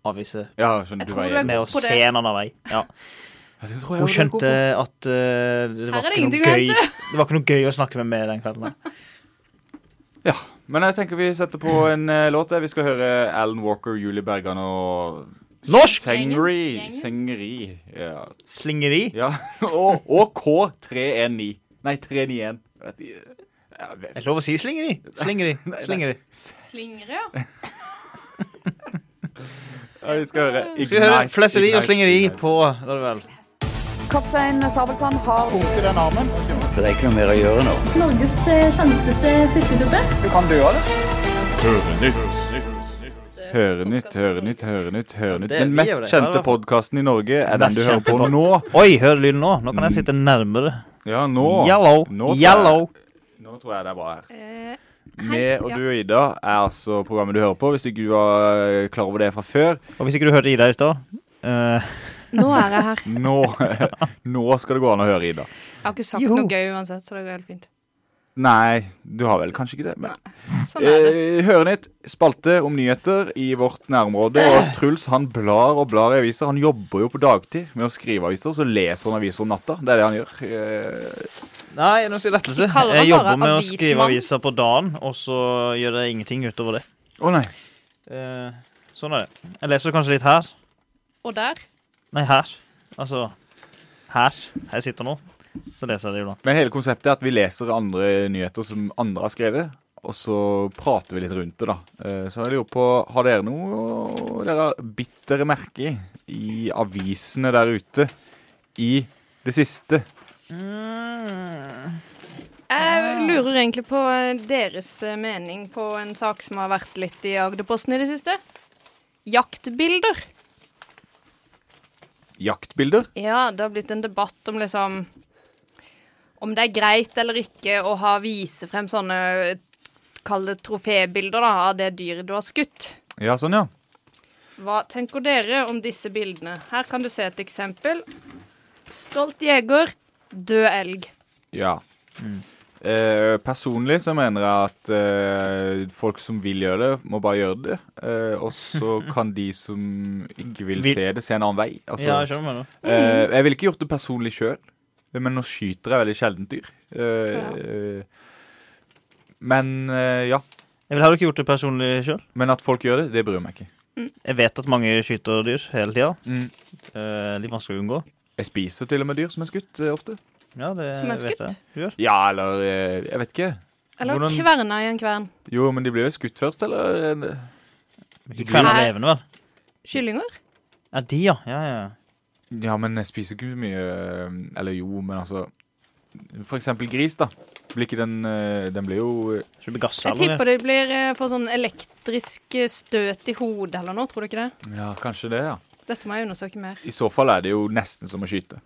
[SPEAKER 1] avvise
[SPEAKER 2] Ja, skjønner,
[SPEAKER 3] Jeg
[SPEAKER 2] du
[SPEAKER 3] tror
[SPEAKER 2] var
[SPEAKER 3] du er-
[SPEAKER 2] enig.
[SPEAKER 1] med å
[SPEAKER 3] På det.
[SPEAKER 1] se en annen vei. Ja.
[SPEAKER 2] Ja, det tror jeg også det
[SPEAKER 1] Hun
[SPEAKER 2] går
[SPEAKER 1] skjønte
[SPEAKER 2] på.
[SPEAKER 1] at eh, det,
[SPEAKER 3] Her
[SPEAKER 1] var
[SPEAKER 3] er det
[SPEAKER 1] ikke
[SPEAKER 3] ingenting
[SPEAKER 1] noe
[SPEAKER 3] å
[SPEAKER 1] gøy, det var ikke noe gøy å snakke med meg den kvelden. nei.
[SPEAKER 2] Ja, Men jeg tenker vi setter på en eh, låt. der. Vi skal høre Alan Walker, Julie Bergan og
[SPEAKER 1] Norsk!
[SPEAKER 2] Sengeri.
[SPEAKER 3] Gjengen.
[SPEAKER 2] Sengeri. Ja.
[SPEAKER 1] Slingeri?
[SPEAKER 2] ja. Og, og K319. Nei, 391. Jeg vet ikke. Jeg vet
[SPEAKER 1] Er det lov å si slingeri? Slingeri. slingeri.
[SPEAKER 3] Slingre, ja.
[SPEAKER 2] Ja, vi skal høre
[SPEAKER 1] Skal vi høre
[SPEAKER 2] Ignite,
[SPEAKER 1] Flesseri
[SPEAKER 2] Ignite,
[SPEAKER 1] og slingeri
[SPEAKER 2] Ignite.
[SPEAKER 1] på Da er det vel.
[SPEAKER 4] Kaptein Sabeltann har
[SPEAKER 5] For det er ikke noe mer å gjøre nå.
[SPEAKER 6] Norges eh, kjenteste fiskesuppe.
[SPEAKER 4] Du kan du òg, det.
[SPEAKER 2] Høre nytt, høre nytt, høre nytt. høre nytt
[SPEAKER 1] Det-
[SPEAKER 2] Den
[SPEAKER 1] vi gjør
[SPEAKER 2] mest
[SPEAKER 1] det. Ja,
[SPEAKER 2] kjente
[SPEAKER 1] det var-
[SPEAKER 2] podkasten i Norge er den
[SPEAKER 1] Mest
[SPEAKER 2] du hører
[SPEAKER 1] kjente
[SPEAKER 2] på
[SPEAKER 1] pod-
[SPEAKER 2] nå.
[SPEAKER 1] Oi, hører du lyden nå? Nå kan jeg sitte nærmere.
[SPEAKER 2] Ja, nå.
[SPEAKER 1] Yellow.
[SPEAKER 2] Nå tror jeg-
[SPEAKER 1] Yellow.
[SPEAKER 2] Nå tror jeg det er bra her.
[SPEAKER 3] Eh,
[SPEAKER 2] Vi og du og Ida er altså programmet du hører på, hvis ikke du var klar over det fra før.
[SPEAKER 1] Og hvis ikke du hørte Ida i stad eh,
[SPEAKER 3] Nå er jeg her.
[SPEAKER 2] Nå, nå skal det gå an å høre Ida.
[SPEAKER 3] Jeg har ikke sagt
[SPEAKER 1] Jo.
[SPEAKER 3] noe gøy uansett, så det går helt fint.
[SPEAKER 2] Nei, du har vel kanskje ikke det. Men
[SPEAKER 3] Sånn er det.
[SPEAKER 2] Eh, Hørenytt, spalte om nyheter i vårt nærområde. Og Truls han blar og blar i aviser. Han jobber jo på dagtid med å skrive aviser, så leser han aviser om natta. Det er det han gjør. Eh,
[SPEAKER 1] Nei, nå sier jeg lettelse.
[SPEAKER 3] Vi kaller han
[SPEAKER 1] Jeg jobber
[SPEAKER 3] bare
[SPEAKER 1] med å
[SPEAKER 3] avismann.
[SPEAKER 1] skrive aviser på dagen, og så gjør jeg ingenting utover det.
[SPEAKER 2] Å nei.
[SPEAKER 1] Eh, sånn er det. Jeg leser kanskje litt her.
[SPEAKER 3] Og der.
[SPEAKER 1] Nei, her. Altså her. Her jeg sitter nå. Så leser jeg det iblant.
[SPEAKER 2] Men hele konseptet er at vi leser andre nyheter som andre har skrevet. Og så prater vi litt rundt det, da. Eh, Så jeg lurer på, har dere noe dere har bittere merke i i avisene der ute i det siste?
[SPEAKER 3] Jeg lurer egentlig på eh, deres eh, mening på en sak som har vært litt i Agderposten i det siste. Jaktbilder.
[SPEAKER 2] Jaktbilder?
[SPEAKER 3] Ja, det har blitt en debatt om liksom Om det er greit eller ikke å ha vise frem sånne Kall det trofébilder da, av det dyret du har skutt.
[SPEAKER 2] Ja, sånn, ja.
[SPEAKER 3] Hva tenker dere om disse bildene? Her kan du se et eksempel. Stolt jeger, død elg.
[SPEAKER 2] Ja. Mm. Eh, personlig så mener jeg at eh, folk som vil gjøre det, må bare gjøre det. Eh, og så kan de som ikke vil,
[SPEAKER 1] Vil-
[SPEAKER 2] se det, se en annen vei. Altså,
[SPEAKER 1] Ja, jeg skjønner hva du mener.
[SPEAKER 2] eh, jeg ville ikke gjort det personlig sjøl, men nå skyter jeg veldig sjelden dyr. Eh, Men eh, ja.
[SPEAKER 1] Jeg ville heller ikke gjort det personlig sjøl.
[SPEAKER 2] Men at folk gjør det, det bryr jeg meg ikke.
[SPEAKER 1] Jeg vet at mange skyter dyr hele tida.
[SPEAKER 2] Mm.
[SPEAKER 1] Eh, litt vanskelig å unngå.
[SPEAKER 2] Jeg spiser til og med dyr som er skutt, eh, ofte.
[SPEAKER 1] Ja, det
[SPEAKER 3] Som er
[SPEAKER 1] vet
[SPEAKER 3] skutt?
[SPEAKER 1] jeg. Du gjør.
[SPEAKER 2] Ja, eller eh, Jeg vet ikke.
[SPEAKER 3] Eller
[SPEAKER 2] Hvordan-
[SPEAKER 3] kverna i en kvern.
[SPEAKER 2] Jo, men de blir jo skutt først, eller? eh,
[SPEAKER 1] Ikke kvelden
[SPEAKER 3] Nei.
[SPEAKER 1] levende, vel?
[SPEAKER 3] Kyllinger?
[SPEAKER 1] Ja, de, ja. Ja, ja. ja.
[SPEAKER 2] Ja, men jeg spiser ikke mye Eller jo, men altså For eksempel gris, da. Blir ikke den eh, Den blir jo
[SPEAKER 1] Så du blir gassa,
[SPEAKER 3] Jeg
[SPEAKER 1] eller?
[SPEAKER 3] tipper de blir, eh, får sånn elektrisk eh, støt i hodet eller noe, tror du ikke det?
[SPEAKER 2] Ja, kanskje det, ja.
[SPEAKER 3] Dette må jeg undersøke mer.
[SPEAKER 2] I så fall er det jo nesten som å skyte.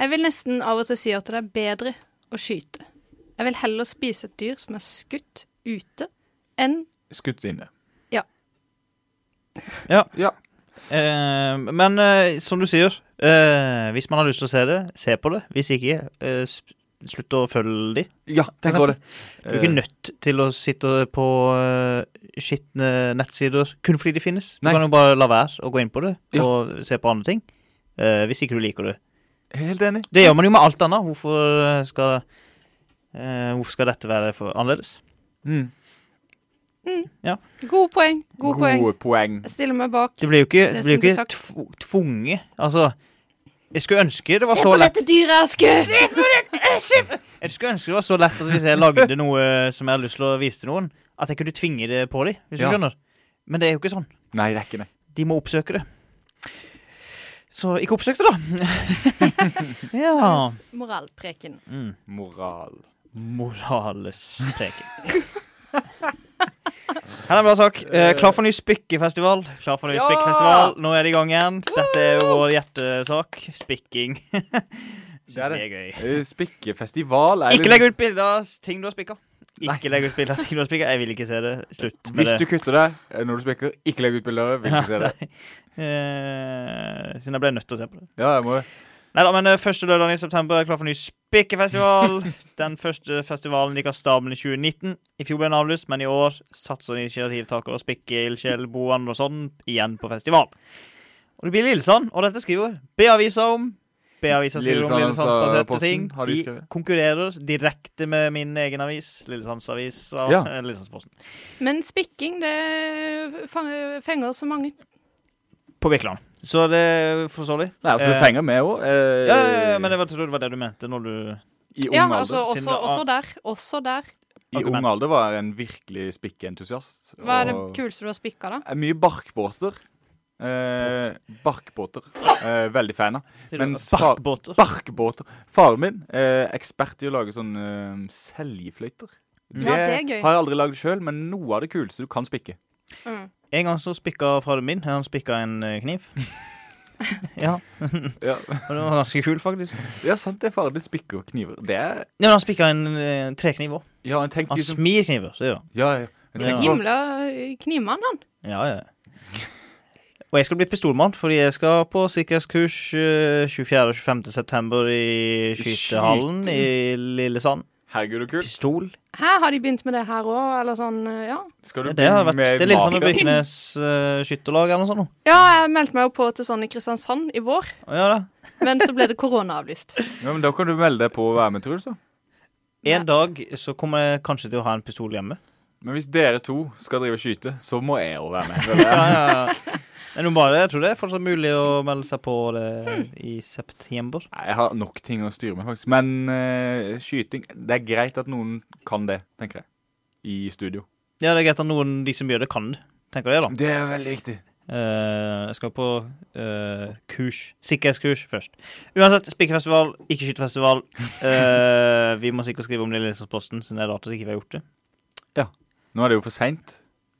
[SPEAKER 3] Jeg vil nesten av og til si at det er bedre å skyte. Jeg vil heller spise et dyr som er skutt ute, enn
[SPEAKER 2] Skutt inne.
[SPEAKER 1] Eh, men eh, som du sier, eh, hvis man har lyst til å se det, se på det. Hvis ikke, eh, sp- slutt å følge de.
[SPEAKER 2] Ja, tenk på det.
[SPEAKER 1] Du er
[SPEAKER 2] Eh.
[SPEAKER 1] ikke nødt til å sitte på uh, skitne nettsider kun fordi de finnes. Du
[SPEAKER 2] Nei.
[SPEAKER 1] kan jo bare la være å gå inn på det
[SPEAKER 2] Ja.
[SPEAKER 1] og se på andre ting. eh, hvis ikke du liker det.
[SPEAKER 2] Eh, Helt enig.
[SPEAKER 1] Det gjør man jo med alt annet. Hvorfor eh, skal, eh, hvorfor skal dette være for annerledes?
[SPEAKER 2] Mm.
[SPEAKER 3] God poeng, god poeng.
[SPEAKER 2] Gode poeng.
[SPEAKER 3] Jeg stiller meg bak.
[SPEAKER 1] Det blir jo ikke,
[SPEAKER 3] Det
[SPEAKER 1] det
[SPEAKER 3] som
[SPEAKER 1] blir jo
[SPEAKER 3] blir
[SPEAKER 1] ikke
[SPEAKER 3] sagt.
[SPEAKER 1] tv- tvunget. Altså Jeg skulle ønske det var
[SPEAKER 3] Se
[SPEAKER 1] så
[SPEAKER 3] på
[SPEAKER 1] lett
[SPEAKER 3] dette dyret jeg har skutt!
[SPEAKER 1] Jeg skulle ønske det var så lett at hvis jeg lagde noe eh, som jeg hadde lyst til å vise til noen, at jeg kunne tvinge det på dem, hvis
[SPEAKER 2] Ja.
[SPEAKER 1] du skjønner. Men det er jo ikke sånn.
[SPEAKER 2] Nei, det er ikke det.
[SPEAKER 1] De må oppsøke det. Så ikke oppsøk det, da. ja.
[SPEAKER 3] Hans Moralpreken.
[SPEAKER 1] Mm.
[SPEAKER 2] Moral.
[SPEAKER 1] Moralespreken. Her er en bra sak. Eh, klar for ny spikkefestival. Klar for ny
[SPEAKER 2] Ja!
[SPEAKER 1] spikkefestival. Nå er det i gang igjen. Dette er jo vår hjertesak. Spikking. Syns
[SPEAKER 2] Det er
[SPEAKER 1] det
[SPEAKER 2] det.
[SPEAKER 1] er gøy.
[SPEAKER 2] Eh, Spikkefestival er
[SPEAKER 1] Ikke
[SPEAKER 2] vel-
[SPEAKER 1] legg ut bilder av ting du har spikka. Ikke legg ut bilder av ting du har spikka. Jeg vil ikke se det. Slutt med
[SPEAKER 2] Hvis du
[SPEAKER 1] det.
[SPEAKER 2] kutter deg eh, når du spikker, ikke legg ut bilder. Vil ikke se det.
[SPEAKER 1] Eh, siden jeg ble nødt til å se på det.
[SPEAKER 2] Ja, jeg må
[SPEAKER 1] Nei da, men eh, første lørdag i september er klar for ny Spikkefestival. Den første festivalen gikk av stabelen i 2019. I fjor ble den avlyst, men i år satser initiativtaker og spikkeildsjel Bo Andersson igjen på festival. Og det blir Lillesand, og dette skriver B-avisa om. B-avisa skriver om
[SPEAKER 2] Lillesands, eh,
[SPEAKER 1] Lillesandsbaserte
[SPEAKER 2] Posten,
[SPEAKER 1] ting.
[SPEAKER 2] har de
[SPEAKER 1] De
[SPEAKER 2] skrevet.
[SPEAKER 1] konkurrerer direkte med min egen avis, Lillesandsavisa.
[SPEAKER 2] Ja.
[SPEAKER 1] eh, Lillesandsposten.
[SPEAKER 3] Men spikking, det fang- fenger så mange.
[SPEAKER 1] På Birkeland. Så det er forståelig.
[SPEAKER 2] Nei, altså, det
[SPEAKER 1] Eh,
[SPEAKER 2] fenger med òg. Eh,
[SPEAKER 1] ja, ja, ja, men jeg trodde det var det du mente når du
[SPEAKER 2] I ung
[SPEAKER 3] Ja,
[SPEAKER 2] alder.
[SPEAKER 3] altså,
[SPEAKER 1] siden
[SPEAKER 3] også,
[SPEAKER 1] det er-
[SPEAKER 3] også der. Også der.
[SPEAKER 2] I ung alder var jeg en virkelig spikkeentusiast.
[SPEAKER 3] Hva er det
[SPEAKER 2] og-
[SPEAKER 3] kuleste du har spikka, da?
[SPEAKER 2] Eh, Mye barkbåter. Eh, barkbåter. Eh, veldig fan av.
[SPEAKER 1] sier
[SPEAKER 2] Men
[SPEAKER 1] du-
[SPEAKER 2] svar-
[SPEAKER 1] Barkbåter.
[SPEAKER 2] Barkbåter. Faren min eh, ekspert i å lage sånne eh, seljefløyter.
[SPEAKER 1] Mm.
[SPEAKER 2] Det,
[SPEAKER 3] Ja, det er gøy.
[SPEAKER 2] har jeg aldri lagd sjøl, men noe av det kuleste du kan spikke.
[SPEAKER 3] Mm.
[SPEAKER 1] En gang så spikka faren min Han spikka en eh, kniv. ja.
[SPEAKER 2] Ja,
[SPEAKER 1] Og det var ganske kult, faktisk.
[SPEAKER 2] ja sant det. Faren din spikker kniver. Det er
[SPEAKER 1] Ja, men han spikka en eh, trekniv òg.
[SPEAKER 2] Ja, en tenk
[SPEAKER 1] Han
[SPEAKER 2] de som
[SPEAKER 1] smir kniver, så gjør han.
[SPEAKER 2] Ja, ja. En tenk
[SPEAKER 1] Ja.
[SPEAKER 2] på-
[SPEAKER 3] Himla eh, knivmann, han.
[SPEAKER 1] Ja, ja. Og jeg skal bli pistolmann, fordi jeg skal på sikkerhetskurs eh, 24. og 25. september i skytehallen i Lillesand.
[SPEAKER 2] Herregud, så kult.
[SPEAKER 1] Pistol.
[SPEAKER 3] Her har de begynt med det her òg, eller sånn, ja.
[SPEAKER 2] Skal du
[SPEAKER 1] Ja, det har vært
[SPEAKER 2] med
[SPEAKER 1] Det er litt sånn med
[SPEAKER 2] maker?
[SPEAKER 1] Birkenes eh, skytterlag eller noe sånt. nå.
[SPEAKER 3] Ja, jeg meldte meg jo på til sånn i Kristiansand i vår,
[SPEAKER 1] Å, Ja, da.
[SPEAKER 3] men så ble det koronaavlyst.
[SPEAKER 2] Ja, men Da kan du melde deg på å være med, Truls. da.
[SPEAKER 1] En dag så kommer jeg kanskje til å ha en pistol hjemme.
[SPEAKER 2] Men hvis dere to skal drive og skyte, så må jeg òg være med.
[SPEAKER 1] Ja, ja, ja. Men nå bare, jeg tror det er fortsatt mulig å melde seg på det i september.
[SPEAKER 2] Nei, Jeg har nok ting å styre med, faktisk. Men eh, skyting Det er greit at noen kan det, tenker jeg. I studio.
[SPEAKER 1] Ja, det er greit at noen de som gjør det, kan det. Tenker jeg, da.
[SPEAKER 2] Det er veldig viktig.
[SPEAKER 1] Eh, jeg skal på eh, kurs. Sikkerhetskurs først. Uansett, spikerfestival, ikke skytefestival. Eh, vi må sikkert skrive om det i Lillesandsposten, siden det er rart at ikke vi har gjort det.
[SPEAKER 2] Nå er det jo for seint.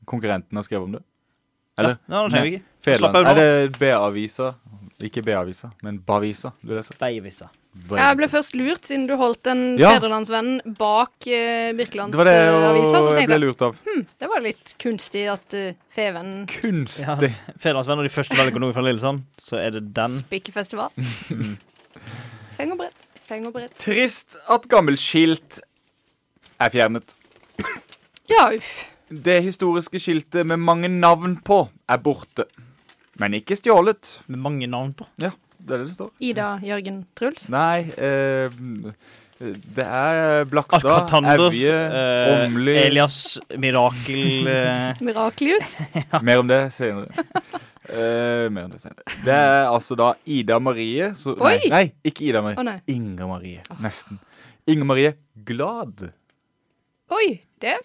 [SPEAKER 2] Konkurrenten har skrevet om det.
[SPEAKER 1] Ja,
[SPEAKER 2] Eller?
[SPEAKER 1] nå trenger vi ikke.
[SPEAKER 2] Fedland.
[SPEAKER 1] slapp av nå.
[SPEAKER 2] Er det B-avisa? Ikke B-avisa, men Bavisa. Du leser.
[SPEAKER 1] Beivisa.
[SPEAKER 3] Jeg ble først lurt, siden du holdt en
[SPEAKER 2] Ja.
[SPEAKER 3] fedrelandsvenn bak eh,
[SPEAKER 2] det var det og
[SPEAKER 3] Birkelandsavisa. så
[SPEAKER 2] jeg Hm.
[SPEAKER 3] tenkte
[SPEAKER 2] ble
[SPEAKER 3] jeg
[SPEAKER 2] lurt av.
[SPEAKER 3] det var litt kunstig at eh, Feven
[SPEAKER 1] Ja.
[SPEAKER 2] Kunstig.
[SPEAKER 1] Fedrelandsvenn og de første velger noe fra Lillesand, så er det den.
[SPEAKER 3] spikkefestival. Feng og brett, feng og brett.
[SPEAKER 2] Trist at gammelt skilt er fjernet.
[SPEAKER 3] Ja, uff.
[SPEAKER 2] Det historiske skiltet med mange navn på er borte. Men ikke stjålet.
[SPEAKER 1] Med mange navn på.
[SPEAKER 2] Ja, det er det det står.
[SPEAKER 3] Ida, Jørgen, Truls.
[SPEAKER 2] Nei eh, Det er Blakstad,
[SPEAKER 1] Alcatander,
[SPEAKER 2] Evje,
[SPEAKER 1] eh,
[SPEAKER 2] Åmli
[SPEAKER 1] Elias, Mirakel eh,
[SPEAKER 3] Miraklius.
[SPEAKER 2] Mer om det senere. Eh, mer om det senere. Det er altså da Ida Marie så, nei,
[SPEAKER 3] Oi!
[SPEAKER 2] nei, ikke Ida
[SPEAKER 3] Å,
[SPEAKER 2] Marie.
[SPEAKER 3] nei.
[SPEAKER 2] Inger Marie. Nesten. Inger Marie Glad
[SPEAKER 3] Oi, det er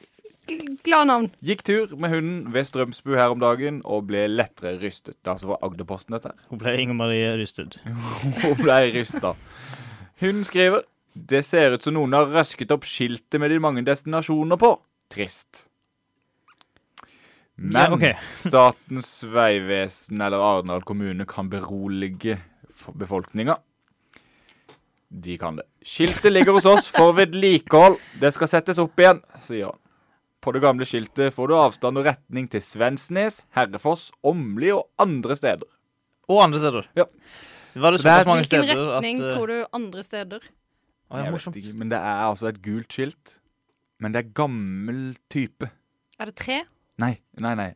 [SPEAKER 3] gl- glad navn.
[SPEAKER 2] gikk tur med hunden ved Strømsbu her om dagen og ble lettere rystet. Det er altså fra Agderposten, dette her.
[SPEAKER 1] Hun ble Inger Marie Rysted.
[SPEAKER 2] Hun ble rysta. Hun skriver Det ser ut som noen har røsket opp skiltet med de mange destinasjoner på. Trist. Men
[SPEAKER 1] Ja, ok.
[SPEAKER 2] Statens vegvesen eller Arendal kommune kan berolige f- befolkninga. De kan det. Skiltet ligger hos oss for vedlikehold. Det skal settes opp igjen, sier han. På det gamle skiltet får du avstand og retning til Svensnes, Herrefoss, Åmli og andre steder.
[SPEAKER 1] Og andre steder.
[SPEAKER 2] Ja.
[SPEAKER 1] Var det
[SPEAKER 2] Så det er-
[SPEAKER 1] såpass mange
[SPEAKER 3] Hvilken
[SPEAKER 1] steder
[SPEAKER 3] retning
[SPEAKER 1] at, eh,
[SPEAKER 3] tror du andre steder?
[SPEAKER 1] Å, ja,
[SPEAKER 2] Jeg vet
[SPEAKER 1] morsomt.
[SPEAKER 2] ikke, men det er altså et gult skilt. Men det er gammel type.
[SPEAKER 3] Er det tre?
[SPEAKER 2] Nei, nei, nei.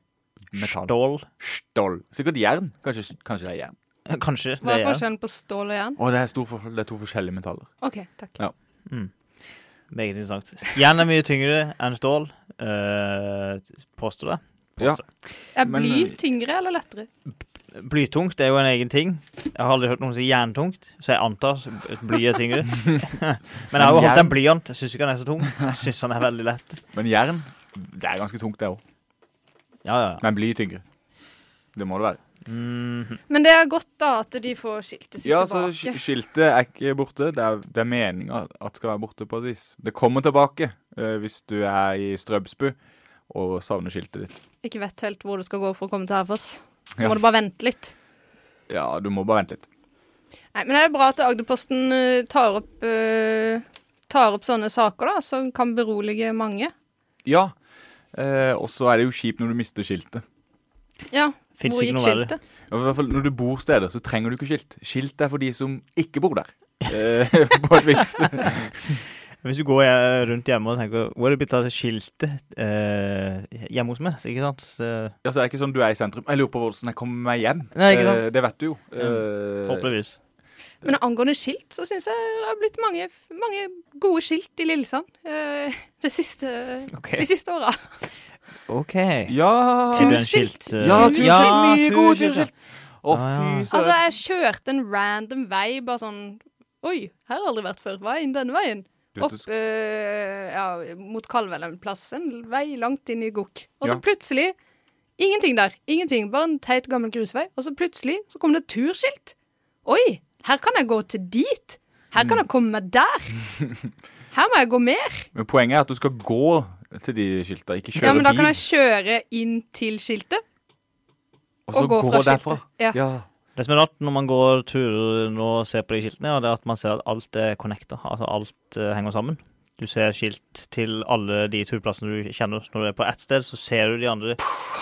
[SPEAKER 2] Metall.
[SPEAKER 1] Stål.
[SPEAKER 2] Stål. Sikkert jern. Kanskje, kanskje det er jern.
[SPEAKER 1] Eh, Kanskje.
[SPEAKER 3] Hva er
[SPEAKER 1] det er
[SPEAKER 3] forskjellen på stål og jern?
[SPEAKER 2] Å, det er stor forskjell. Det er to forskjellige metaller.
[SPEAKER 3] OK, takk.
[SPEAKER 1] meget interessant. Jern er mye tyngre enn stål. eh, påstår det.
[SPEAKER 2] Ja.
[SPEAKER 1] Påstår.
[SPEAKER 3] Er
[SPEAKER 2] Men,
[SPEAKER 3] bly
[SPEAKER 2] eh,
[SPEAKER 3] tyngre eller lettere?
[SPEAKER 1] Blytungt er jo en egen ting. Jeg har aldri hørt noen si jerntungt, så jeg antar at bly er tyngre. Men jeg har jo
[SPEAKER 2] Men
[SPEAKER 1] holdt en
[SPEAKER 2] jern-
[SPEAKER 1] blyant. Jeg syns ikke han er så tung. Jeg syns han er veldig lett.
[SPEAKER 2] Men jern, det er ganske tungt, det òg.
[SPEAKER 1] Ja, ja. ja.
[SPEAKER 2] Men bly tyngre. Det må det være.
[SPEAKER 1] Mhm.
[SPEAKER 3] Men det er godt da at de får skiltet sitt
[SPEAKER 2] Ja, så sk-
[SPEAKER 3] tilbake.
[SPEAKER 2] skiltet er ikke borte. Det er, det er meninga at det skal være borte på et vis. Det kommer tilbake eh, hvis du er i Strømsbu og savner skiltet ditt.
[SPEAKER 3] Ikke vet helt hvor du skal gå for å komme til Herfoss. Så
[SPEAKER 2] Ja.
[SPEAKER 3] må du bare vente litt.
[SPEAKER 2] Ja, du må bare vente litt.
[SPEAKER 3] Nei, Men det er bra at Agderposten eh, tar opp, eh, tar opp sånne saker, da, som kan berolige mange.
[SPEAKER 2] Ja. Eh, og så er det jo kjipt når du mister skiltet.
[SPEAKER 3] Ja,
[SPEAKER 1] Fins
[SPEAKER 3] Hvor
[SPEAKER 1] ikke
[SPEAKER 3] gikk
[SPEAKER 1] noe verre.
[SPEAKER 3] skiltet?
[SPEAKER 2] I hvert fall Når du bor steder, så trenger du ikke skilt. Skilt er for de som ikke bor der. Eh, på et vis.
[SPEAKER 1] Hvis du går eh, rundt hjemme og tenker 'Hvor er det blitt av det skiltet eh, hjemme hos meg?' Ikke sant? Så, eh,
[SPEAKER 2] Ja, så er det ikke sånn du er i sentrum. Jeg lurer på hvordan jeg kommer meg hjem.
[SPEAKER 1] Nei, ikke sant?
[SPEAKER 2] Eh, det vet du jo. Eh,
[SPEAKER 1] forhåpentligvis.
[SPEAKER 3] Men angående skilt, så syns jeg det har blitt mange, mange gode skilt i Lillesand eh, det siste,
[SPEAKER 1] OK.
[SPEAKER 3] de siste åra.
[SPEAKER 1] Ok.
[SPEAKER 2] ja
[SPEAKER 1] Er du en
[SPEAKER 3] Turskilt.
[SPEAKER 1] skilt, eh,
[SPEAKER 2] Ja, turskilt.
[SPEAKER 1] Ja,
[SPEAKER 2] Mye god
[SPEAKER 1] turskilt, ja.
[SPEAKER 2] turskilt. Å,
[SPEAKER 1] Ah,
[SPEAKER 2] fy
[SPEAKER 1] ja.
[SPEAKER 3] Altså,
[SPEAKER 2] søren.
[SPEAKER 3] jeg kjørte en random vei, bare sånn Oi, her har jeg aldri vært før. Hva er inn denne veien?
[SPEAKER 2] Du vet
[SPEAKER 3] Opp
[SPEAKER 2] du sk-
[SPEAKER 3] eh, ja, mot Kalven en plass. En vei langt inn i gokk. Og så
[SPEAKER 2] Ja.
[SPEAKER 3] plutselig Ingenting der. Ingenting. Bare en teit, gammel grusvei. Og så plutselig så kom det et turskilt. Oi, her kan jeg gå til dit. Her
[SPEAKER 2] Mm.
[SPEAKER 3] kan jeg komme meg der. Her må jeg gå mer.
[SPEAKER 2] Men poenget er at du skal gå til de skilta, ikke kjøre
[SPEAKER 3] Ja, men da
[SPEAKER 2] bil.
[SPEAKER 3] kan jeg kjøre inn til skiltet.
[SPEAKER 2] og så
[SPEAKER 3] og gå fra
[SPEAKER 2] derfra.
[SPEAKER 3] skiltet. Ja.
[SPEAKER 1] Det som er rart når man går turer og ser på de skiltene, ja, det er at man ser at alt er connecta. Altså alt eh, henger sammen. Du ser skilt til alle de turplassene du kjenner. Når du er på ett sted, så ser du de andre.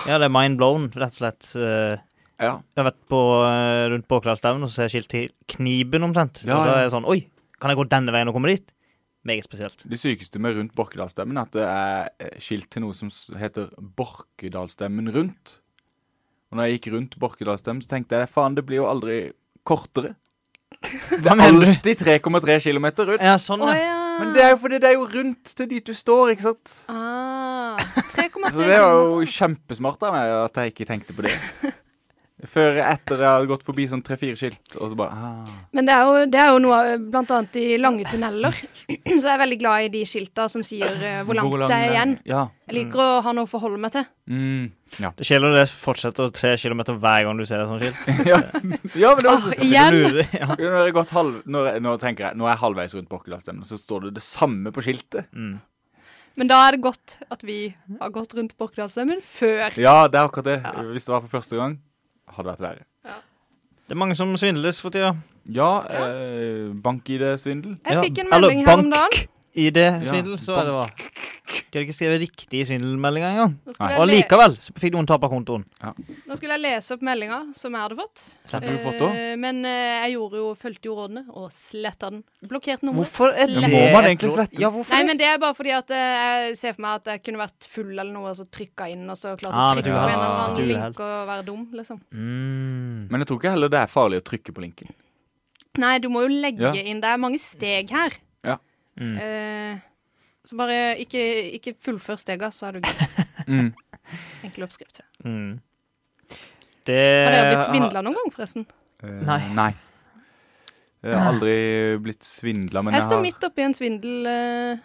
[SPEAKER 1] Ja, det er mind blown, rett og slett. Eh,
[SPEAKER 2] Ja.
[SPEAKER 1] Jeg har vært på, eh, rundt Båklandsdaunen og så ser jeg skilt til Kniben omtrent.
[SPEAKER 2] Ja,
[SPEAKER 1] og da
[SPEAKER 2] ja.
[SPEAKER 1] er jeg sånn Oi, kan jeg gå denne veien og komme dit? Meget spesielt.
[SPEAKER 2] Det sykeste med rundt Borkedalsstemmen er at det er eh, skilt til noe som s- heter Borkedalsstemmen rundt. Og når jeg gikk rundt Borkedalsstemmen, så tenkte jeg faen, det blir jo aldri kortere. Det er
[SPEAKER 1] mener du?
[SPEAKER 2] alltid 3,3 km rundt.
[SPEAKER 1] Ja, sånn,
[SPEAKER 3] Å
[SPEAKER 1] ja.
[SPEAKER 3] ja.
[SPEAKER 2] Men det er jo fordi det er jo rundt til dit du står, ikke sant?
[SPEAKER 3] Ah, 3,3
[SPEAKER 2] Så det var jo
[SPEAKER 3] kilometer.
[SPEAKER 2] kjempesmart av meg at jeg ikke tenkte på det. Før etter jeg hadde gått forbi sånn tre-fire skilt, og så bare ah.
[SPEAKER 3] Men det er jo, det er jo noe av blant annet i lange tunneler. Så jeg er veldig glad i de skilta som sier eh, hvor langt det er igjen.
[SPEAKER 2] Ja.
[SPEAKER 3] Jeg liker å ha noe å forholde meg til.
[SPEAKER 2] Mm. Ja.
[SPEAKER 1] Det skjer når det fortsetter tre kilometer hver gang du ser et sånt skilt.
[SPEAKER 2] ja. ja, men det var
[SPEAKER 3] Åh,
[SPEAKER 2] så
[SPEAKER 3] Ah, igjen!
[SPEAKER 1] Lurer, ja.
[SPEAKER 2] Jo, Når jeg har gått halv, når jeg, nå tenker jeg, nå er jeg halvveis rundt Borkedalsstemmen, så står det det samme på skiltet.
[SPEAKER 1] Mm.
[SPEAKER 3] Men da er det godt at vi har gått rundt Borkedalsheimen før.
[SPEAKER 2] Ja, det er akkurat det.
[SPEAKER 3] Ja.
[SPEAKER 2] Hvis det var for første gang, hadde det vært verre.
[SPEAKER 1] Det er mange som svindles for tida.
[SPEAKER 2] Ja, eh, bank-ID-svindel.
[SPEAKER 3] Jeg
[SPEAKER 1] Ja,
[SPEAKER 3] fikk en melding her om dagen.
[SPEAKER 1] ID-svindel,
[SPEAKER 2] Ja,
[SPEAKER 1] så er det hva. De har ikke skrevet riktig svindelsmeldinga engang.
[SPEAKER 3] Nå
[SPEAKER 2] Nei.
[SPEAKER 3] skulle,
[SPEAKER 1] Og
[SPEAKER 3] jeg le
[SPEAKER 1] likevel så fikk noen tap av kontoen.
[SPEAKER 3] Nå skulle jeg lese opp meldinga som jeg hadde fått.
[SPEAKER 2] Hadde du fått det?
[SPEAKER 3] Eh, Men eh, jeg gjorde jo, fulgte jo rådene og sletta den. Blokkert nummeret.
[SPEAKER 1] Hvorfor er
[SPEAKER 3] slettet
[SPEAKER 1] det
[SPEAKER 2] Må man egentlig
[SPEAKER 1] et lov-
[SPEAKER 2] slette?
[SPEAKER 1] Eh, Ja, hvorfor
[SPEAKER 3] Nei,
[SPEAKER 1] det?
[SPEAKER 3] men det er bare fordi at eh, jeg ser for meg at jeg kunne vært full eller noe, og så trykka inn, og så klart å
[SPEAKER 1] Ah,
[SPEAKER 3] trykke
[SPEAKER 1] du
[SPEAKER 3] på
[SPEAKER 2] har-
[SPEAKER 3] en eller
[SPEAKER 1] du
[SPEAKER 3] annen
[SPEAKER 1] har-
[SPEAKER 3] link og være dum, liksom.
[SPEAKER 1] Mm.
[SPEAKER 2] Men jeg tror ikke heller det er farlig å trykke på linken.
[SPEAKER 3] Nei, du må jo legge
[SPEAKER 2] Ja.
[SPEAKER 3] inn Det er mange steg her.
[SPEAKER 2] Ja.
[SPEAKER 1] Mm.
[SPEAKER 3] Eh, så bare ikke, ikke fullfør stega, så er du greit.
[SPEAKER 2] Mm.
[SPEAKER 3] Enkel oppskrift.
[SPEAKER 1] Mm. Det
[SPEAKER 3] Har dere blitt svindla noen gang, forresten?
[SPEAKER 2] Eh,
[SPEAKER 1] Nei.
[SPEAKER 2] Nei. Jeg har aldri blitt svindla, men
[SPEAKER 3] Jeg
[SPEAKER 2] jeg
[SPEAKER 3] står
[SPEAKER 2] har
[SPEAKER 3] midt oppi en svindel eh,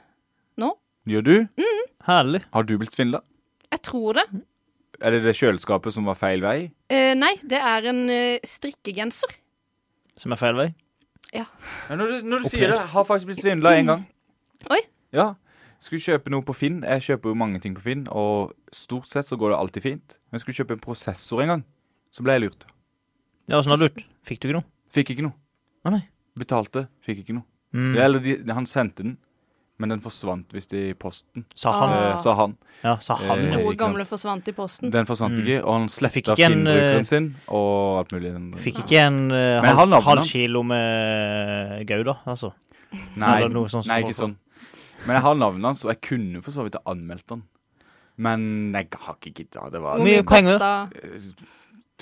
[SPEAKER 3] nå.
[SPEAKER 2] Gjør du?
[SPEAKER 1] Ah, Herlig.
[SPEAKER 2] Har du blitt svindla?
[SPEAKER 3] Jeg tror det.
[SPEAKER 2] Er det det kjøleskapet som var feil vei?
[SPEAKER 3] Eh, nei, det er en eh, strikkegenser.
[SPEAKER 1] Som er feil vei.
[SPEAKER 2] Ja, når du, når du
[SPEAKER 1] Ok.
[SPEAKER 2] sier det, jeg har faktisk blitt svindla én gang.
[SPEAKER 3] Oi.
[SPEAKER 2] Ja. Skulle kjøpe noe på Finn. Jeg kjøper jo mange ting på Finn, og stort sett så går det alltid fint. Men jeg skulle kjøpe en prosessor en gang, så ble jeg lurt.
[SPEAKER 1] Ja, åssen har du gjort? Fikk du ikke noe?
[SPEAKER 2] Fikk ikke noe.
[SPEAKER 1] Å, nei.
[SPEAKER 2] Betalte, fikk ikke noe.
[SPEAKER 1] Mm.
[SPEAKER 2] Eller de, han sendte den, men den forsvant visst i posten,
[SPEAKER 1] Sa han.
[SPEAKER 3] Ah.
[SPEAKER 2] eh, sa han.
[SPEAKER 1] Ja, sa han.
[SPEAKER 2] Eh,
[SPEAKER 1] ja.
[SPEAKER 3] Noe
[SPEAKER 2] ikke
[SPEAKER 3] gamle forsvant i posten.
[SPEAKER 2] Den forsvant
[SPEAKER 1] Mm.
[SPEAKER 2] ikke, og han
[SPEAKER 1] fikk
[SPEAKER 2] sletta
[SPEAKER 1] ikke en, eh,
[SPEAKER 2] Finn-brukeren sin og alt mulig. Den-
[SPEAKER 1] Fikk ikke en eh,
[SPEAKER 2] Men han
[SPEAKER 1] halv,
[SPEAKER 2] navnet
[SPEAKER 1] halv
[SPEAKER 2] hans.
[SPEAKER 1] kilo med gouda, altså.
[SPEAKER 2] Nei,
[SPEAKER 1] Eller noe sånt som
[SPEAKER 2] nei
[SPEAKER 1] folk
[SPEAKER 2] ikke
[SPEAKER 1] får.
[SPEAKER 2] sånn. Men jeg har navnet hans, og jeg kunne for så vidt ha anmeldt han. Men jeg har ikke gidda. Det var
[SPEAKER 3] Hvor
[SPEAKER 1] Men- Mye
[SPEAKER 3] mye
[SPEAKER 1] penger.
[SPEAKER 3] kosta-
[SPEAKER 2] eh,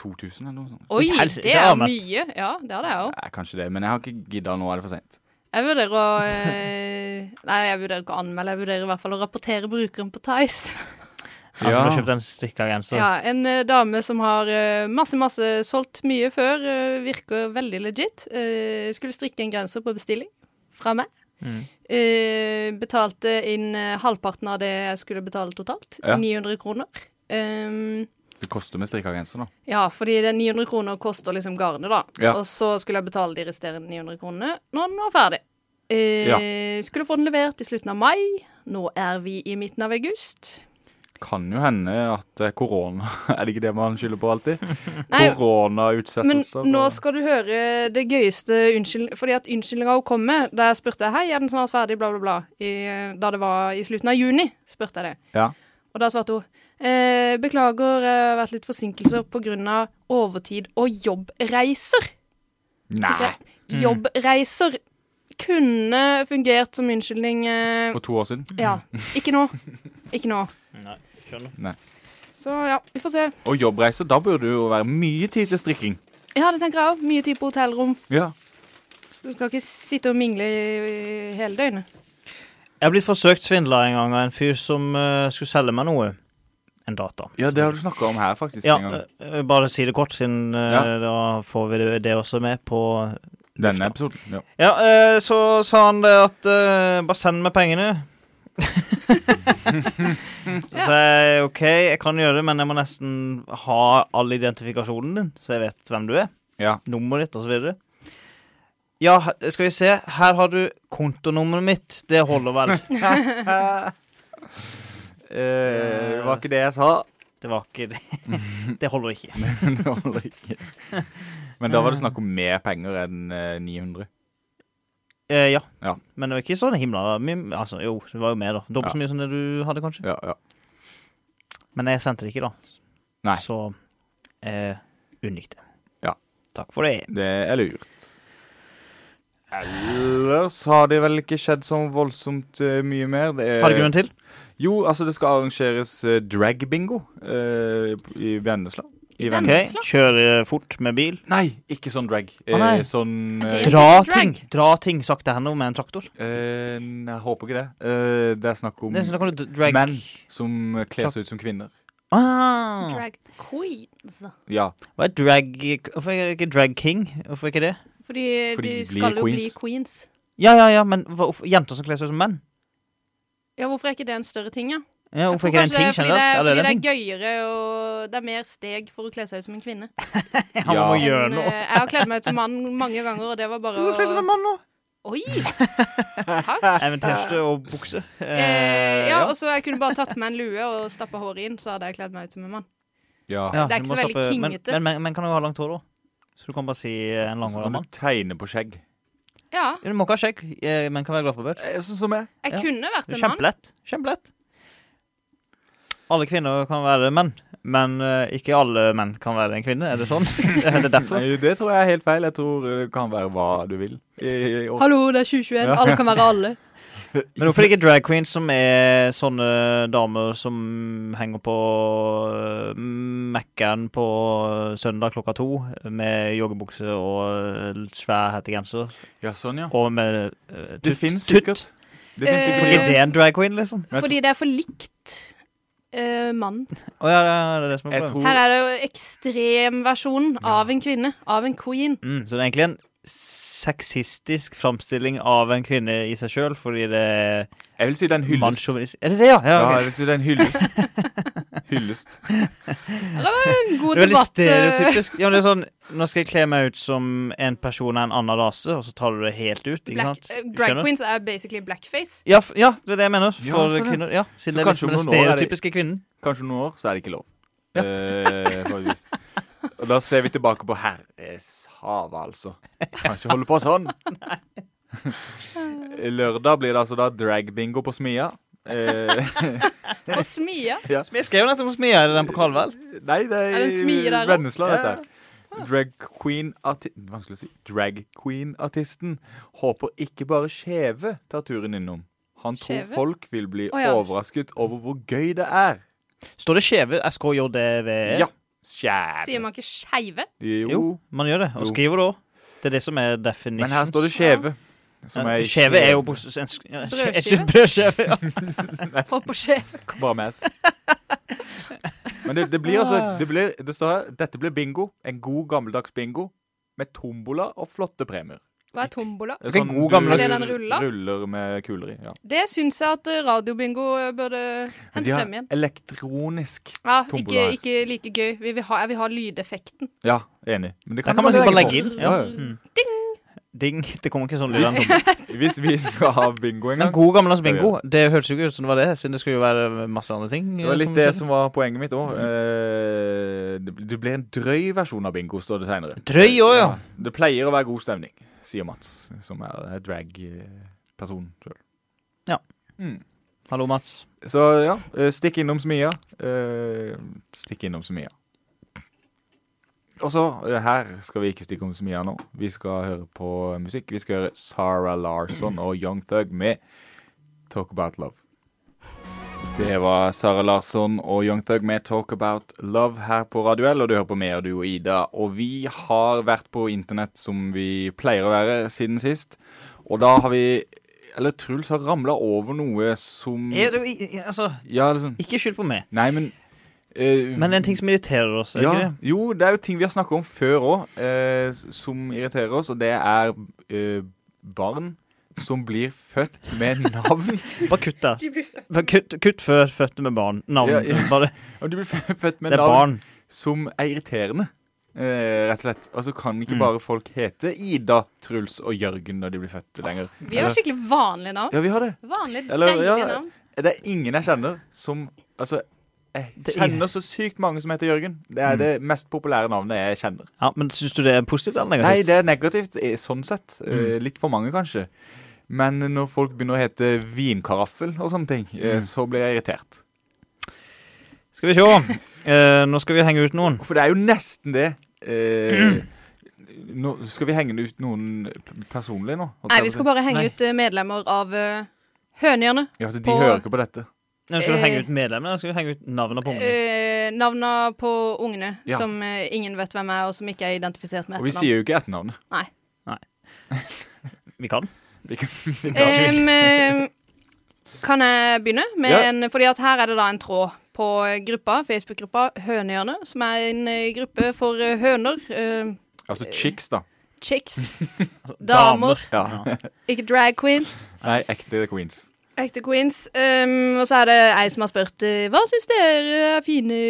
[SPEAKER 2] 2000 eller noe sånt.
[SPEAKER 3] Oi,
[SPEAKER 1] Litt helse-
[SPEAKER 3] det
[SPEAKER 1] det
[SPEAKER 3] er
[SPEAKER 1] er mørkt.
[SPEAKER 3] mye. Ja, det er det òg.
[SPEAKER 2] Nei, kanskje det, men jeg har ikke gidda nå, er det for seint.
[SPEAKER 3] Jeg vurderer å eh, Nei, jeg vurderer ikke å anmelde, jeg vurderer i hvert fall å rapportere brukeren på Tice.
[SPEAKER 1] Han som har kjøpt en strikka genser.
[SPEAKER 3] Ja, en eh, dame som har eh, masse, masse solgt mye før, eh, virker veldig legit. Eh, skulle strikke en genser på bestilling fra meg.
[SPEAKER 1] Mm.
[SPEAKER 3] Eh, betalte inn eh, halvparten av det jeg skulle betale totalt.
[SPEAKER 2] Ja.
[SPEAKER 3] 900 kroner. Ehm,
[SPEAKER 2] Det koster med strikka genser, da.
[SPEAKER 3] ja, fordi det 900 kroner koster liksom garnet, da.
[SPEAKER 2] Ja.
[SPEAKER 3] Og så skulle jeg betale de resterende 900 kronene når den var ferdig. Eh, Skulle få den levert i slutten av mai. Nå er vi i midten av august.
[SPEAKER 2] Kan jo hende at det er korona Er det ikke det man skylder på alltid?
[SPEAKER 3] Nei, men
[SPEAKER 2] Koronautsettelser.
[SPEAKER 3] nå
[SPEAKER 2] og-
[SPEAKER 3] skal du høre det gøyeste unnskyld... Fordi at unnskyldninga hun kom med da jeg spurte Hei, er den snart ferdig, bla, bla, bla, i, da det var i slutten av juni, spurte jeg det.
[SPEAKER 2] Ja.
[SPEAKER 3] Og da svarte hun Eh, beklager, det har vært litt forsinkelser pga. overtid og jobbreiser.
[SPEAKER 2] Nei.
[SPEAKER 3] Jobbreiser kunne fungert som unnskyldning. Eh,
[SPEAKER 2] For to år siden.
[SPEAKER 3] ja. Ikke nå. Ikke nå.
[SPEAKER 1] Nei, skjønner.
[SPEAKER 3] Så ja, vi får se.
[SPEAKER 2] Og jobbreiser, da burde det jo være mye tid til strikking.
[SPEAKER 3] Ja, det tenker jeg òg. Mye tid på hotellrom.
[SPEAKER 2] Ja.
[SPEAKER 3] Så du skal ikke sitte og mingle i- i hele døgnet.
[SPEAKER 1] Jeg er blitt forsøkt svindla en gang av en fyr som eh, skulle selge meg noe. En data.
[SPEAKER 2] Ja, det har du snakka om her, faktisk.
[SPEAKER 1] Ja,
[SPEAKER 2] en gang.
[SPEAKER 1] eh, eh, bare si det kort, siden eh,
[SPEAKER 2] Ja.
[SPEAKER 1] da får vi det- det også med på
[SPEAKER 2] Denne episoden. Ja.
[SPEAKER 1] Ja, eh, så sa han det at eh, bare send meg pengene. så sa jeg OK, jeg kan gjøre det, men jeg må nesten ha all identifikasjonen din, så jeg vet hvem du er.
[SPEAKER 2] Ja.
[SPEAKER 1] Nummeret ditt, osv. Ja, he- skal vi se. Her har du kontonummeret mitt. Det holder vel.
[SPEAKER 2] Eh, det var ikke det jeg sa.
[SPEAKER 1] Det var ikke det. det holder ikke.
[SPEAKER 2] det holder ikke. Men da var det snakk om mer penger enn eh, 900.
[SPEAKER 1] Eh, ja.
[SPEAKER 2] Ja.
[SPEAKER 1] Men det var ikke sånn himla mye. Altså, jo, det var jo mer, da. Dobbelt så mye som det du hadde, kanskje.
[SPEAKER 2] Ja, ja.
[SPEAKER 1] Men jeg sendte det ikke, da.
[SPEAKER 2] Nei.
[SPEAKER 1] Så eh, unngikk det.
[SPEAKER 2] Ja.
[SPEAKER 1] Takk for det.
[SPEAKER 2] Det er lurt. Ellers har det vel ikke skjedd så voldsomt eh, mye mer. Det er,
[SPEAKER 1] Har du grunn til?
[SPEAKER 2] Jo, altså det skal arrangeres eh, dragbingo eh, i Vennesla. I
[SPEAKER 1] Ok,
[SPEAKER 3] Vennesla?
[SPEAKER 1] Kjøre fort med bil.
[SPEAKER 2] Nei, ikke sånn drag.
[SPEAKER 1] Å, nei.
[SPEAKER 2] eh, sånn
[SPEAKER 3] Er
[SPEAKER 2] eh,
[SPEAKER 3] det-
[SPEAKER 1] Dra
[SPEAKER 3] drag.
[SPEAKER 1] ting dra ting sakte hender med en traktor.
[SPEAKER 2] eh, nei, Jeg håper ikke det. Eh, det er snakk om
[SPEAKER 1] Det er sånn, da kan du d- drag
[SPEAKER 2] menn som eh, kler seg ut som kvinner.
[SPEAKER 1] ah,
[SPEAKER 3] Drag queens.
[SPEAKER 2] Ja.
[SPEAKER 1] Hva er drag Hvorfor er det ikke drag king? Hvorfor ikke det?
[SPEAKER 3] Fordi,
[SPEAKER 2] Fordi
[SPEAKER 3] de
[SPEAKER 2] de
[SPEAKER 3] skal
[SPEAKER 2] blir
[SPEAKER 3] jo
[SPEAKER 2] queens.
[SPEAKER 3] bli queens.
[SPEAKER 1] Ja, ja, ja, men hva, hvorfor- jenter som kler seg ut som menn?
[SPEAKER 3] Ja, hvorfor er ikke det en større ting, ja?
[SPEAKER 1] Ja,
[SPEAKER 3] Jeg
[SPEAKER 1] hvorfor
[SPEAKER 3] tror
[SPEAKER 1] ikke det en
[SPEAKER 3] kanskje
[SPEAKER 1] ting?
[SPEAKER 3] fordi det,
[SPEAKER 1] generelt?
[SPEAKER 3] er,
[SPEAKER 1] Eller
[SPEAKER 3] fordi
[SPEAKER 1] er
[SPEAKER 3] det
[SPEAKER 1] det
[SPEAKER 3] er
[SPEAKER 1] en ting?
[SPEAKER 3] gøyere og det er mer steg for å kle seg ut som en kvinne.
[SPEAKER 1] Ja, man må
[SPEAKER 2] Ja.
[SPEAKER 1] gjøre
[SPEAKER 3] Enn, eh,
[SPEAKER 1] noe.
[SPEAKER 3] jeg har kledd meg ut som mann mange ganger, og det var bare
[SPEAKER 1] Du kler seg
[SPEAKER 3] å
[SPEAKER 1] som mann nå.
[SPEAKER 3] Oi! Takk.
[SPEAKER 1] Nei, men T-skjorte og bukse.
[SPEAKER 3] Eh, ja,
[SPEAKER 1] ja.
[SPEAKER 3] og så Jeg kunne bare tatt meg en lue og stappa håret inn, så hadde jeg kledd meg ut som en mann.
[SPEAKER 2] ja.
[SPEAKER 1] Ja,
[SPEAKER 3] det er ikke
[SPEAKER 1] du må
[SPEAKER 3] så veldig
[SPEAKER 1] stoppe- men-
[SPEAKER 3] kingete.
[SPEAKER 1] Men men- men kan jo ha langt hår òg. Så du kan bare si eh, en
[SPEAKER 2] Så
[SPEAKER 1] langhåra
[SPEAKER 2] kan
[SPEAKER 1] mann.
[SPEAKER 2] du tegne på skjegg.
[SPEAKER 3] Ja,
[SPEAKER 1] Du må ikke ha skjegg, eh, men kan være glattabørt.
[SPEAKER 2] Sånn som jeg.
[SPEAKER 3] jeg
[SPEAKER 1] Ja.
[SPEAKER 3] kunne vært
[SPEAKER 1] Det er
[SPEAKER 3] en mann.
[SPEAKER 1] Kjempelett. Kjempelett. Alle kvinner kan være menn, men eh, ikke alle menn kan være en kvinne. Er det sånn? er det derfor?
[SPEAKER 2] Nei, det tror jeg er helt feil. Jeg tror det kan være hva du vil. Eh, I- i- og-
[SPEAKER 3] Hallo, det er 2021.
[SPEAKER 2] Ja.
[SPEAKER 3] Alle kan være alle.
[SPEAKER 1] Men hvorfor ikke drag queens, som er sånne damer som henger på eh, Mækkern på eh, søndag klokka to med joggebukse og svær hettegenser,
[SPEAKER 2] Ja, sånn, ja.
[SPEAKER 1] og med eh,
[SPEAKER 2] Det
[SPEAKER 1] tutt?
[SPEAKER 2] finnes
[SPEAKER 1] Tutt?
[SPEAKER 2] sikkert. Det finnes
[SPEAKER 1] Hvorfor
[SPEAKER 3] Eh,
[SPEAKER 1] ikke
[SPEAKER 2] sikkert.
[SPEAKER 1] det er en drag queen, liksom?
[SPEAKER 2] Men jeg
[SPEAKER 3] Fordi det er for likt eh, mann.
[SPEAKER 1] Å ja, det er det som er
[SPEAKER 2] Jeg
[SPEAKER 1] problemet.
[SPEAKER 2] tror
[SPEAKER 3] Her er det jo ekstremversjonen av en kvinne. Av en queen.
[SPEAKER 1] Mm, så det er egentlig en sexistisk framstilling av en kvinne i seg sjøl, fordi det er
[SPEAKER 2] Jeg vil si det er en hyllest.
[SPEAKER 1] mannssjåvinist. Er det det, ja? ja,
[SPEAKER 2] Ja,
[SPEAKER 1] ok.
[SPEAKER 2] jeg vil si det er en hyllest. Hyllest.
[SPEAKER 3] En god
[SPEAKER 1] Det er veldig
[SPEAKER 3] debatt. eh,
[SPEAKER 1] stereotypisk. Ja, men det er sånn, Nå skal jeg kle meg ut som en person av en annen rase, og så tar du det helt ut. ikke
[SPEAKER 3] Black,
[SPEAKER 1] sant?
[SPEAKER 3] eh, drag
[SPEAKER 1] Skjønner?
[SPEAKER 3] queens er basically blackface.
[SPEAKER 1] Ja, f- ja, det er det jeg mener.
[SPEAKER 2] Ja,
[SPEAKER 1] For
[SPEAKER 2] sånn, ja.
[SPEAKER 1] kvinner, ja.
[SPEAKER 2] Så
[SPEAKER 1] Siden det er
[SPEAKER 2] kanskje
[SPEAKER 1] liksom den
[SPEAKER 2] om noen år er det-
[SPEAKER 1] stereotypiske kvinnen.
[SPEAKER 2] Kanskje om noen år så er det ikke lov. Eh, faktisk. og da ser vi tilbake på herreshavet, altså. Kan ikke holde på sånn. Lørdag blir det altså da dragbingo på Smia. Eh,
[SPEAKER 3] Og smie.
[SPEAKER 1] Jeg skrev jo nettopp om smia, er det den på Kalvær?
[SPEAKER 2] Nei, det
[SPEAKER 3] Er det en smie der Ah.
[SPEAKER 2] er
[SPEAKER 3] også?
[SPEAKER 2] Vennesla, dette her. Drag queen arti Vanskelig å si. Drag queen-artisten håper ikke bare skjeve tar turen innom. Han tror
[SPEAKER 3] Skjeve?
[SPEAKER 2] folk vil bli
[SPEAKER 3] Å, ja.
[SPEAKER 2] overrasket over hvor gøy det er.
[SPEAKER 1] Står det skjeve? SKJV?
[SPEAKER 2] Ja. Skjeve.
[SPEAKER 3] Sier man ikke skeive?
[SPEAKER 2] Jo.
[SPEAKER 1] Eh? Jo, man gjør det. Og
[SPEAKER 2] Jo.
[SPEAKER 1] skriver det òg. Det er det som er definition.
[SPEAKER 2] Men her står det skjeve. som
[SPEAKER 1] Ja,
[SPEAKER 2] er
[SPEAKER 1] Skjeve er jo bokst- en sk- ja, skje-
[SPEAKER 3] Brødskive?
[SPEAKER 1] Brødskive, ja.
[SPEAKER 3] Hopp og skje.
[SPEAKER 2] Bare med S. Men det, det blir
[SPEAKER 1] Ah.
[SPEAKER 2] altså det, blir, det står her Dette blir bingo. En god, gammeldags bingo. Med tombola og flotte premier.
[SPEAKER 3] Hva er tombola?
[SPEAKER 2] Det
[SPEAKER 1] Ok, god, gammeldags-
[SPEAKER 3] Er det den rulla?
[SPEAKER 2] ruller med kuler i. ja.
[SPEAKER 3] Det syns jeg at eh, radiobingo eh, burde
[SPEAKER 2] Men
[SPEAKER 3] hente
[SPEAKER 2] de har
[SPEAKER 3] frem igjen.
[SPEAKER 2] elektronisk
[SPEAKER 3] Ja, ikke,
[SPEAKER 2] tombola.
[SPEAKER 3] ikke like gøy. Vi vil ha, jeg vil ha lydeffekten.
[SPEAKER 2] Ja, enig. Men det
[SPEAKER 1] Da kan man sikkert bare legge
[SPEAKER 2] på.
[SPEAKER 1] inn. Ja.
[SPEAKER 2] Ja, ja.
[SPEAKER 1] Mm. Ding! Det kommer ikke sånn lyd.
[SPEAKER 2] Hvis,
[SPEAKER 1] ennå.
[SPEAKER 2] hvis vi skal ha bingo en
[SPEAKER 1] Men
[SPEAKER 2] gang
[SPEAKER 1] god gammeldags bingo, det hørtes jo ikke ut som det var det, siden det skulle jo være masse andre ting.
[SPEAKER 2] Det var litt det som var poenget mitt òg. Det det blir en drøy versjon av bingo, står det seinere.
[SPEAKER 1] Drøy òg, ja.
[SPEAKER 2] Det pleier å være god stemning, eh, sier Mats, som er drag-person sjøl.
[SPEAKER 1] Ja.
[SPEAKER 2] Mm.
[SPEAKER 1] Hallo, Mats.
[SPEAKER 2] Så ja, eh, stikk innom Smia. Eh, Stikk innom Smia. Og så, eh, her skal vi ikke stikke om Smia nå. Vi skal høre på musikk. Vi skal høre Sara Larsson og Young Thug med Talk About Love. Det var Sara Larsson og Young Thug med Talk About Love her på Radioel, og du hører på meg og du og Ida. Og vi har vært på internett som vi pleier å være siden sist, og da har vi Eller Truls har ramla over noe som
[SPEAKER 1] Er det, i- i- altså,
[SPEAKER 2] ja, liksom.
[SPEAKER 1] ikke skyld på meg,
[SPEAKER 2] Nei, men eh,
[SPEAKER 1] men det er en ting som irriterer oss. er
[SPEAKER 2] ja,
[SPEAKER 1] ikke det?
[SPEAKER 2] Jo, det er jo ting vi har snakka om før òg, som irriterer oss, og det er eh, barn som blir født med navn.
[SPEAKER 1] Bare kutt der.
[SPEAKER 3] De blir født.
[SPEAKER 1] Bare Kutt, kutt før fødte med barn. Navn.
[SPEAKER 2] Ja, ja.
[SPEAKER 1] Bare,
[SPEAKER 2] og de blir fø- født med
[SPEAKER 1] det er
[SPEAKER 2] navn
[SPEAKER 1] barn.
[SPEAKER 2] som er irriterende. eh, rett og slett. Altså Kan ikke
[SPEAKER 1] Mm.
[SPEAKER 2] bare folk hete Ida, Truls og Jørgen når de blir født lenger?
[SPEAKER 3] Vi har skikkelig vanlige navn.
[SPEAKER 2] Ja, vi har det.
[SPEAKER 3] Vanlige,
[SPEAKER 2] Eller,
[SPEAKER 3] deilige
[SPEAKER 2] ja.
[SPEAKER 3] navn.
[SPEAKER 2] Det er ingen jeg kjenner som Altså, jeg
[SPEAKER 1] Det er-
[SPEAKER 2] kjenner så sykt mange som heter Jørgen. Det er
[SPEAKER 1] Mm.
[SPEAKER 2] det mest populære navnet jeg kjenner.
[SPEAKER 1] Ja, men syns du det er positivt eller
[SPEAKER 2] Nei,
[SPEAKER 1] negativt?
[SPEAKER 2] det er negativt eh, sånn sett. Eh, Litt for mange, kanskje. Men når folk begynner å hete vinkaraffel og sånne ting, eh, så blir jeg irritert.
[SPEAKER 1] Skal vi se. Eh, nå skal vi henge ut noen.
[SPEAKER 2] For det er jo nesten det. Eh, nå, skal vi henge ut noen p- personlig nå?
[SPEAKER 3] Nei, vi skal bare henge
[SPEAKER 1] Nei.
[SPEAKER 3] ut eh, medlemmer av eh, Hønehjørnet.
[SPEAKER 2] ja, altså, De
[SPEAKER 3] på-
[SPEAKER 2] hører ikke på dette.
[SPEAKER 1] Nei, skal vi henge
[SPEAKER 3] Eh.
[SPEAKER 1] ut medlemmene? eller Skal vi henge ut navnene på ungene?
[SPEAKER 3] Eh, navna på ungene
[SPEAKER 2] Ja.
[SPEAKER 3] som eh, ingen vet hvem er, og som ikke er identifisert med
[SPEAKER 2] Og vi
[SPEAKER 3] etternavn.
[SPEAKER 2] sier jo ikke etternavnet.
[SPEAKER 1] Vi kan.
[SPEAKER 2] Vi kan- vi kan-
[SPEAKER 3] Em, em, kan jeg begynne? Med
[SPEAKER 2] Ja.
[SPEAKER 3] en, fordi at her er det da en tråd på gruppa, Facebook-gruppa Hønehjørnet, som er en eh, gruppe for eh, høner. eh,
[SPEAKER 2] altså chicks, da.
[SPEAKER 3] chicks.
[SPEAKER 1] Altså,
[SPEAKER 3] Damer.
[SPEAKER 2] Ja.
[SPEAKER 3] Ikke drag queens.
[SPEAKER 2] Nei, ekte queens.
[SPEAKER 3] Ekte queens. Em, og så er det ei som har spurt eh, hva syns dere er fine,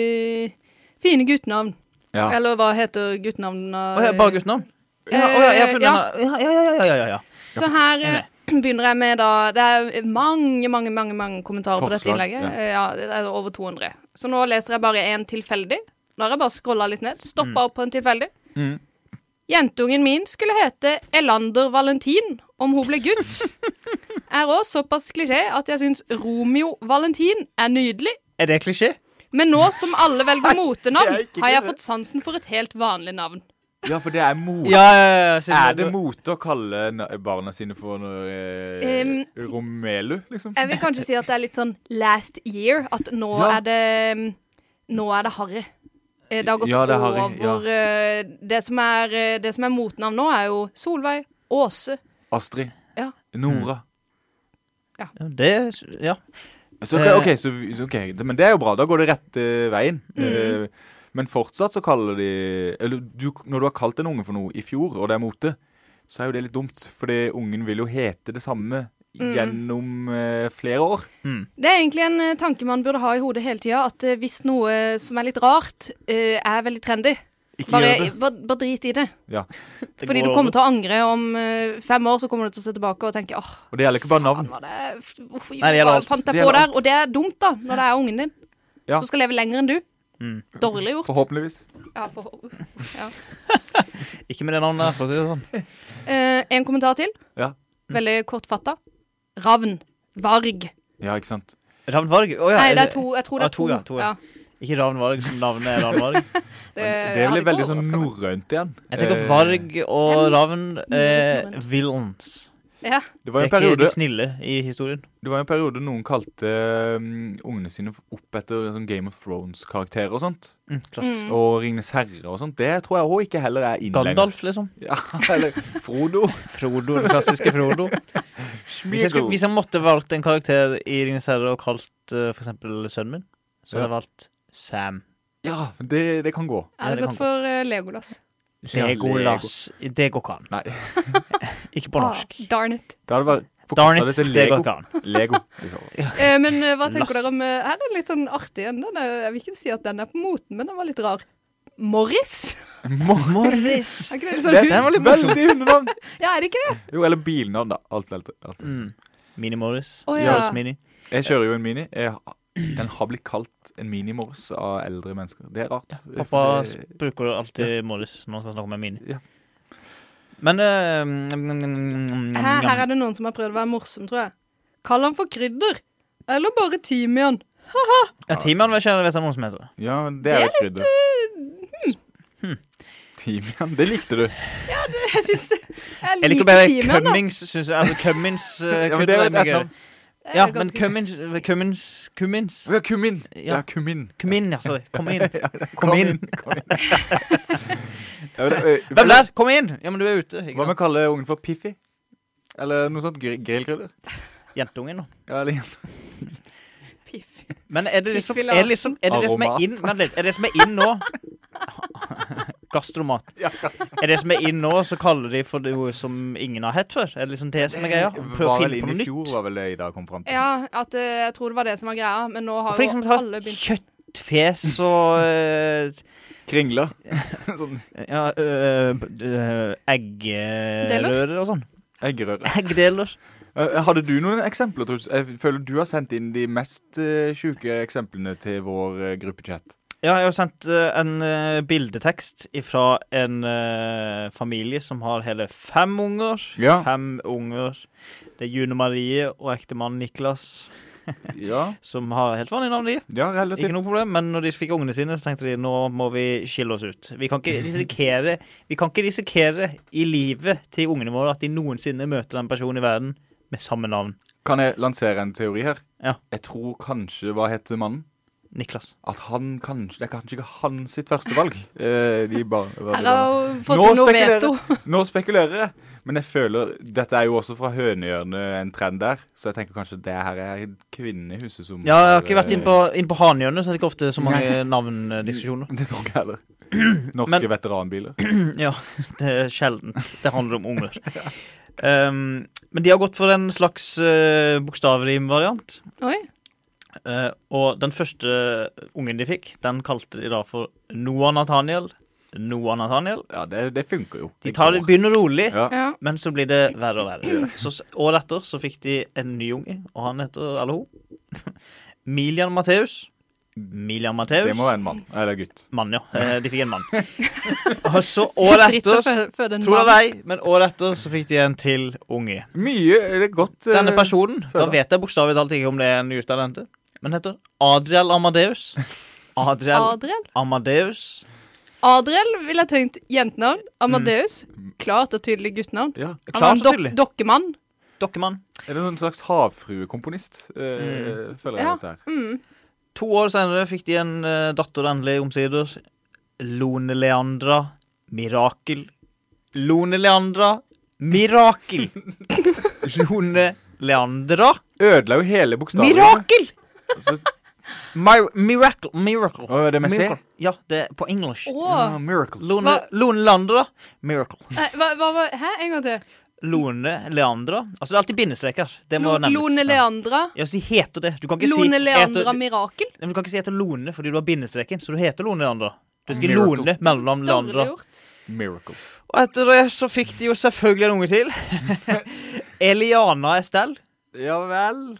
[SPEAKER 3] fine guttenavn?
[SPEAKER 2] Ja.
[SPEAKER 3] Eller hva heter guttenavnene?
[SPEAKER 1] Å, ja, bare guttenavn?
[SPEAKER 3] Eh,
[SPEAKER 1] Ja, å, ja, jeg har funnet
[SPEAKER 3] ja.
[SPEAKER 1] denne. ja, ja, ja, ja, ja, ja.
[SPEAKER 3] Så her
[SPEAKER 1] jeg er med.
[SPEAKER 3] eh, begynner jeg med da Det er mange, mange mange, mange kommentarer på dette
[SPEAKER 2] Forslag,
[SPEAKER 3] innlegget.
[SPEAKER 2] ja.
[SPEAKER 3] Eh, Ja, Det er over 200. Så nå leser jeg bare én tilfeldig. Nå har jeg bare scrolla litt ned. Stoppa opp på en tilfeldig.
[SPEAKER 2] Mm.
[SPEAKER 3] Jentungen min skulle hete Elander Valentin om hun ble gutt. er òg såpass klisjé at jeg syns Romeo Valentin er nydelig.
[SPEAKER 1] Er det klisjé?
[SPEAKER 3] Men nå som alle velger motenavn,
[SPEAKER 2] ikke
[SPEAKER 3] har jeg
[SPEAKER 2] det.
[SPEAKER 3] fått sansen for et helt vanlig navn.
[SPEAKER 2] Ja, for det er mote.
[SPEAKER 1] Ja, ja, ja, ja. siden-
[SPEAKER 2] Er det mote å kalle na- barna sine for noe, eh,
[SPEAKER 3] Em,
[SPEAKER 2] Romelu, liksom?
[SPEAKER 3] Jeg vil kanskje si at det er litt sånn last year. At nå
[SPEAKER 2] Ja.
[SPEAKER 3] er det mm, Nå er det harry. Eh, Det har gått
[SPEAKER 2] Ja, det er harry,
[SPEAKER 3] over eh, det, som er, eh, det som er motnavn nå, er jo Solveig, Åse
[SPEAKER 2] Astrid.
[SPEAKER 3] Ja.
[SPEAKER 2] Nora.
[SPEAKER 1] Ja, Det Ja.
[SPEAKER 2] Så, ok,
[SPEAKER 1] Eh.
[SPEAKER 2] ok, så, vi- så, ok, det- Men det er jo bra. Da går det rett eh, veien.
[SPEAKER 1] Mm.
[SPEAKER 2] Eh, men fortsatt så kaller de Eller du, når du har kalt en unge for noe i fjor, og det er mote, så er jo det litt dumt. Fordi ungen vil jo hete det samme
[SPEAKER 1] Mm.
[SPEAKER 2] gjennom eh, flere år.
[SPEAKER 3] Det er egentlig en eh, tanke man burde ha i hodet hele tida. At eh, hvis noe som er litt rart, eh, er veldig trendy,
[SPEAKER 2] Ikke
[SPEAKER 3] bare,
[SPEAKER 2] gjør det.
[SPEAKER 3] bare, bare drit i det.
[SPEAKER 2] Ja.
[SPEAKER 1] Det
[SPEAKER 3] Fordi
[SPEAKER 1] går
[SPEAKER 3] du
[SPEAKER 1] over.
[SPEAKER 3] kommer til å angre om eh, fem år, så kommer du til å se tilbake og tenke åh,
[SPEAKER 2] Og det gjelder ikke bare
[SPEAKER 3] faen
[SPEAKER 2] navn.
[SPEAKER 3] var det f- Hvorfor
[SPEAKER 1] Nei, det gjelder
[SPEAKER 3] hva
[SPEAKER 1] alt.
[SPEAKER 3] fant
[SPEAKER 2] Det
[SPEAKER 3] jeg på
[SPEAKER 2] gjelder
[SPEAKER 3] der?
[SPEAKER 2] alt.
[SPEAKER 3] Og det er dumt, da, når det er ungen din.
[SPEAKER 2] Ja.
[SPEAKER 3] Som skal leve lenger enn du.
[SPEAKER 1] Mm.
[SPEAKER 3] Dårlig gjort.
[SPEAKER 2] Forhåpentligvis.
[SPEAKER 3] Ja, for, ja.
[SPEAKER 1] Ikke med det navnet der, for å si det sånn.
[SPEAKER 3] Eh, en kommentar til.
[SPEAKER 2] Ja.
[SPEAKER 3] Veldig kortfatta. Ravn. Varg.
[SPEAKER 2] Ja, ikke sant.
[SPEAKER 1] Ravn Varg? Å ja.
[SPEAKER 3] Nei, det
[SPEAKER 1] det-
[SPEAKER 3] er to. Jeg tror det
[SPEAKER 1] Ah,
[SPEAKER 3] er to.
[SPEAKER 1] to, ja, to, ja. Ikke Ravn Varg som navnet er Ravn Varg.
[SPEAKER 3] det,
[SPEAKER 1] Eh,
[SPEAKER 2] Det
[SPEAKER 3] hadde
[SPEAKER 2] blir
[SPEAKER 3] ikke
[SPEAKER 2] veldig sånn
[SPEAKER 3] overrasket meg.
[SPEAKER 2] norrønt igjen.
[SPEAKER 1] Jeg tenker
[SPEAKER 2] Eh,
[SPEAKER 1] Varg og Ravn
[SPEAKER 3] Norrønt,
[SPEAKER 1] er
[SPEAKER 3] norrønt.
[SPEAKER 1] villains.
[SPEAKER 3] Ja.
[SPEAKER 2] Det var
[SPEAKER 1] Det
[SPEAKER 2] en
[SPEAKER 1] er ikke de
[SPEAKER 2] periode
[SPEAKER 1] snille i historien.
[SPEAKER 2] Det var en periode noen kalte mm, ungene sine opp etter sånn Game of Thrones-karakterer og sånt.
[SPEAKER 1] Mm, klassisk.
[SPEAKER 2] Og Ringenes herre og sånt. Det tror jeg òg ikke heller er inne lenger.
[SPEAKER 1] Gandalf, liksom.
[SPEAKER 2] Ja, eller Frodo.
[SPEAKER 1] Frodo, den klassiske Frodo. Hvis jeg, skulle, hvis jeg måtte valgt en karakter i Ringenes herre og kalt eh, for eksempel sønnen min, så hadde jeg valgt Sam.
[SPEAKER 2] Ja, det, det kan gå.
[SPEAKER 3] Jeg hadde
[SPEAKER 1] det
[SPEAKER 3] gått
[SPEAKER 1] kan
[SPEAKER 3] for eh, Legolas.
[SPEAKER 2] Ja,
[SPEAKER 1] Legolas. Det går ikke an.
[SPEAKER 2] Nei,
[SPEAKER 1] Ikke på norsk.
[SPEAKER 3] Ah, darn it.
[SPEAKER 2] da hadde det vært
[SPEAKER 1] Darn
[SPEAKER 2] forkortet
[SPEAKER 1] it,
[SPEAKER 2] det til
[SPEAKER 1] det går
[SPEAKER 2] Lego.
[SPEAKER 1] ikke an.
[SPEAKER 2] Lego liksom.
[SPEAKER 3] Eh, men eh, hva tenker
[SPEAKER 1] Lass.
[SPEAKER 3] dere om eh, Her er det litt sånn artig en. Den er- Jeg vil ikke si at den er på moten, men den var litt rar. Morris?
[SPEAKER 1] Morris!
[SPEAKER 3] Er ikke det litt
[SPEAKER 2] Det
[SPEAKER 3] sånn
[SPEAKER 2] er
[SPEAKER 3] hund?
[SPEAKER 2] veldig veldig hundenavn.
[SPEAKER 3] Ja, er det ikke det?
[SPEAKER 2] Jo, eller bilnavn, da. Alt, alt, alt.
[SPEAKER 1] Mm. Mini Morris.
[SPEAKER 3] Å,
[SPEAKER 1] Morris
[SPEAKER 3] ja.
[SPEAKER 1] Mini.
[SPEAKER 2] Jeg kjører jo en Mini. Jeg, har- den har blitt kalt en Mini-Morris av eldre mennesker. Det er rart.
[SPEAKER 1] Pappa
[SPEAKER 2] fordi-
[SPEAKER 1] bruker alltid Morris når han skal snakke med Mini.
[SPEAKER 2] Ja.
[SPEAKER 1] Men eh, mm, mm, mm, mm,
[SPEAKER 3] Her, her er det noen som har prøvd å være morsom, tror jeg. Kall han for krydder. Eller bare timian.
[SPEAKER 1] Ja, Timian vet jeg vet jeg noen som heter.
[SPEAKER 2] Ja, det
[SPEAKER 3] Det
[SPEAKER 2] er
[SPEAKER 3] er eh, hm.
[SPEAKER 2] jo krydder. Timian, det likte du.
[SPEAKER 3] Jeg syns det Jeg
[SPEAKER 1] Jeg liker
[SPEAKER 3] liker
[SPEAKER 1] bare
[SPEAKER 3] timian, da.
[SPEAKER 1] Cummings, syns jeg. Altså Cummins eh,
[SPEAKER 2] Ja, men det er jo
[SPEAKER 1] krydder er
[SPEAKER 2] et
[SPEAKER 1] mye gøyere.
[SPEAKER 2] etternavn.
[SPEAKER 3] Det er
[SPEAKER 1] Ja, men
[SPEAKER 3] ganske-
[SPEAKER 1] Cummins Cummins Cummins
[SPEAKER 2] Å ja, kummin.
[SPEAKER 1] Ja.
[SPEAKER 2] Ja, kummin.
[SPEAKER 1] Kom inn, ja, sorry. Kom inn.
[SPEAKER 2] Kom
[SPEAKER 1] inn.
[SPEAKER 2] Kom inn. Ja, men det- ø,
[SPEAKER 1] Hvem der? Kom inn! Ja, men du er ute.
[SPEAKER 2] Hva
[SPEAKER 1] Ikke
[SPEAKER 2] med å
[SPEAKER 1] sant?
[SPEAKER 2] kalle ungen for Piffi? Eller noe sånt gr grillkrydder?
[SPEAKER 1] Jentungen, nå.
[SPEAKER 2] Ja, eller
[SPEAKER 3] Piff.
[SPEAKER 1] Men er det liksom,
[SPEAKER 3] Fiffig
[SPEAKER 1] er det liksom, er det det som er
[SPEAKER 2] Aromat.
[SPEAKER 1] inn Vent litt. Er det som er inn nå Gastromat. Er det som er inn nå, så kaller de for noe som ingen har hett før? Er det liksom det som er greia? Prøv å
[SPEAKER 2] Var vel
[SPEAKER 1] finne på
[SPEAKER 2] inn i
[SPEAKER 1] noe
[SPEAKER 2] fjor,
[SPEAKER 1] nytt.
[SPEAKER 2] var vel det Ida kom fram til.
[SPEAKER 3] Ja, at eh, jeg tror det var det som var greia, men nå har
[SPEAKER 1] For
[SPEAKER 3] jo
[SPEAKER 1] liksom ta
[SPEAKER 3] alle begynt
[SPEAKER 1] kjøttfjes og eh,
[SPEAKER 2] Kringler. sånn
[SPEAKER 1] ja, øh, øh, eggerører og sånn.
[SPEAKER 2] eggerøre.
[SPEAKER 1] Eggdeler.
[SPEAKER 2] Eh, Hadde du noen eksempler, Truls? Jeg føler du har sendt inn de mest eh, sjuke eksemplene til vår eh, gruppechat.
[SPEAKER 1] Ja, jeg har sendt eh, en eh, bildetekst fra en eh, familie som har hele fem unger.
[SPEAKER 2] Ja.
[SPEAKER 1] Fem unger. Det er June Marie og ektemannen Niklas,
[SPEAKER 2] Ja,
[SPEAKER 1] som har helt vanlige navn. de.
[SPEAKER 2] ja relativt.
[SPEAKER 1] Ikke noe problem, men når de fikk ungene sine, så tenkte de nå må vi skille oss ut. Vi kan ikke risikere, vi kan ikke risikere i livet til ungene våre at de noensinne møter den personen i verden med samme navn.
[SPEAKER 2] Kan jeg lansere en teori her?
[SPEAKER 1] Ja.
[SPEAKER 2] Jeg tror kanskje Hva heter mannen?
[SPEAKER 1] Niklas.
[SPEAKER 2] At han kanskje Det er kanskje ikke han sitt første valg. Eh, de bare,
[SPEAKER 3] Her har hun fått
[SPEAKER 2] Nå
[SPEAKER 3] noe
[SPEAKER 2] spekulerer-
[SPEAKER 3] veto.
[SPEAKER 2] Nå spekulerer jeg, men jeg føler Dette er jo også fra hønehjørnet en trend der, så jeg tenker kanskje det her er kvinnene i huset som
[SPEAKER 1] Ja, jeg har ikke vært inn på, inn på Hanhjørnet, så det er ikke ofte så mange navndiskusjoner.
[SPEAKER 2] eh, Det tror jeg ikke heller. Norske
[SPEAKER 1] Men-
[SPEAKER 2] veteranbiler.
[SPEAKER 1] Ja, det er sjeldent. Det handler om unger. Um, men de har gått for en slags uh, bokstavrim-variant.
[SPEAKER 3] Oi.
[SPEAKER 1] Eh, og den første ungen de fikk, den kalte de da for Noah Nathaniel. Noah Nathaniel.
[SPEAKER 2] Ja, det, det funker jo.
[SPEAKER 1] De tar,
[SPEAKER 2] går.
[SPEAKER 1] begynner rolig,
[SPEAKER 2] Ja.
[SPEAKER 3] Ja.
[SPEAKER 1] men så blir det verre og verre. Så s- Året etter så fikk de en ny unge, og han heter, eller hun, Milian Matheus. Milian Matheus.
[SPEAKER 2] Det må være en mann. Eller gutt.
[SPEAKER 1] Mann, ja. Eh, De fikk en mann. Og så
[SPEAKER 3] Så
[SPEAKER 1] året
[SPEAKER 3] dritt å
[SPEAKER 1] etter
[SPEAKER 3] fø- føde en
[SPEAKER 1] Tro det
[SPEAKER 3] mann.
[SPEAKER 1] eller ei, men året etter så fikk de en til unge.
[SPEAKER 2] Mye er det godt eh,
[SPEAKER 1] Denne personen, da
[SPEAKER 2] føler jeg.
[SPEAKER 1] vet jeg bokstavelig talt ikke om det er en gutt eller jente, men heter Adriel Amadeus. Adriel
[SPEAKER 3] Adriel?
[SPEAKER 1] Amadeus.
[SPEAKER 3] Adriel ville jeg tenkt jentenavn. Amadeus, klart og tydelig guttenavn.
[SPEAKER 2] Ja.
[SPEAKER 1] Mm.
[SPEAKER 3] Han var
[SPEAKER 1] Klart
[SPEAKER 3] en
[SPEAKER 1] og
[SPEAKER 3] dok
[SPEAKER 1] tydelig.
[SPEAKER 3] dokkemann.
[SPEAKER 1] Dokkemann.
[SPEAKER 2] Er det en sånn slags havfruekomponist, eh, føler jeg
[SPEAKER 3] Ja.
[SPEAKER 2] dette her.
[SPEAKER 3] Mm.
[SPEAKER 1] To år senere fikk de en eh, datter endelig, omsider. Lone Leandra Mirakel. Lone Leandra Mirakel. Lone Leandra
[SPEAKER 2] Ødela jo hele bokstaven.
[SPEAKER 1] Mirakel!
[SPEAKER 2] Så,
[SPEAKER 1] Mir miracle. Miracle.
[SPEAKER 2] Å, er det med C?
[SPEAKER 1] Miracle. Ja, det er på engelsk.
[SPEAKER 2] ja,
[SPEAKER 3] Åh.
[SPEAKER 2] miracle.
[SPEAKER 1] Lone,
[SPEAKER 3] Hva-
[SPEAKER 1] Lone Leandra Miracle.
[SPEAKER 3] Nei, Eh, Hva, hva var Hæ, en gang til.
[SPEAKER 1] Lone Leandra. Altså, det er alltid bindestreker. Det må
[SPEAKER 3] Lo
[SPEAKER 1] nevnes.
[SPEAKER 3] Lone Leandra.
[SPEAKER 1] Ja, så de heter det. Du kan ikke si
[SPEAKER 3] Lone Leandra
[SPEAKER 1] heter,
[SPEAKER 3] Mirakel.
[SPEAKER 1] Nei, men Du kan ikke si heter Lone fordi du har bindestreken, så du heter Lone Leandra. Du skal
[SPEAKER 2] Miracle.
[SPEAKER 1] Lone mellom
[SPEAKER 3] Dårlig
[SPEAKER 1] Leandra.
[SPEAKER 3] gjort.
[SPEAKER 2] Miracle.
[SPEAKER 1] Og etter det så fikk de jo selvfølgelig en unge til. Eliana Estelle.
[SPEAKER 2] Ja vel.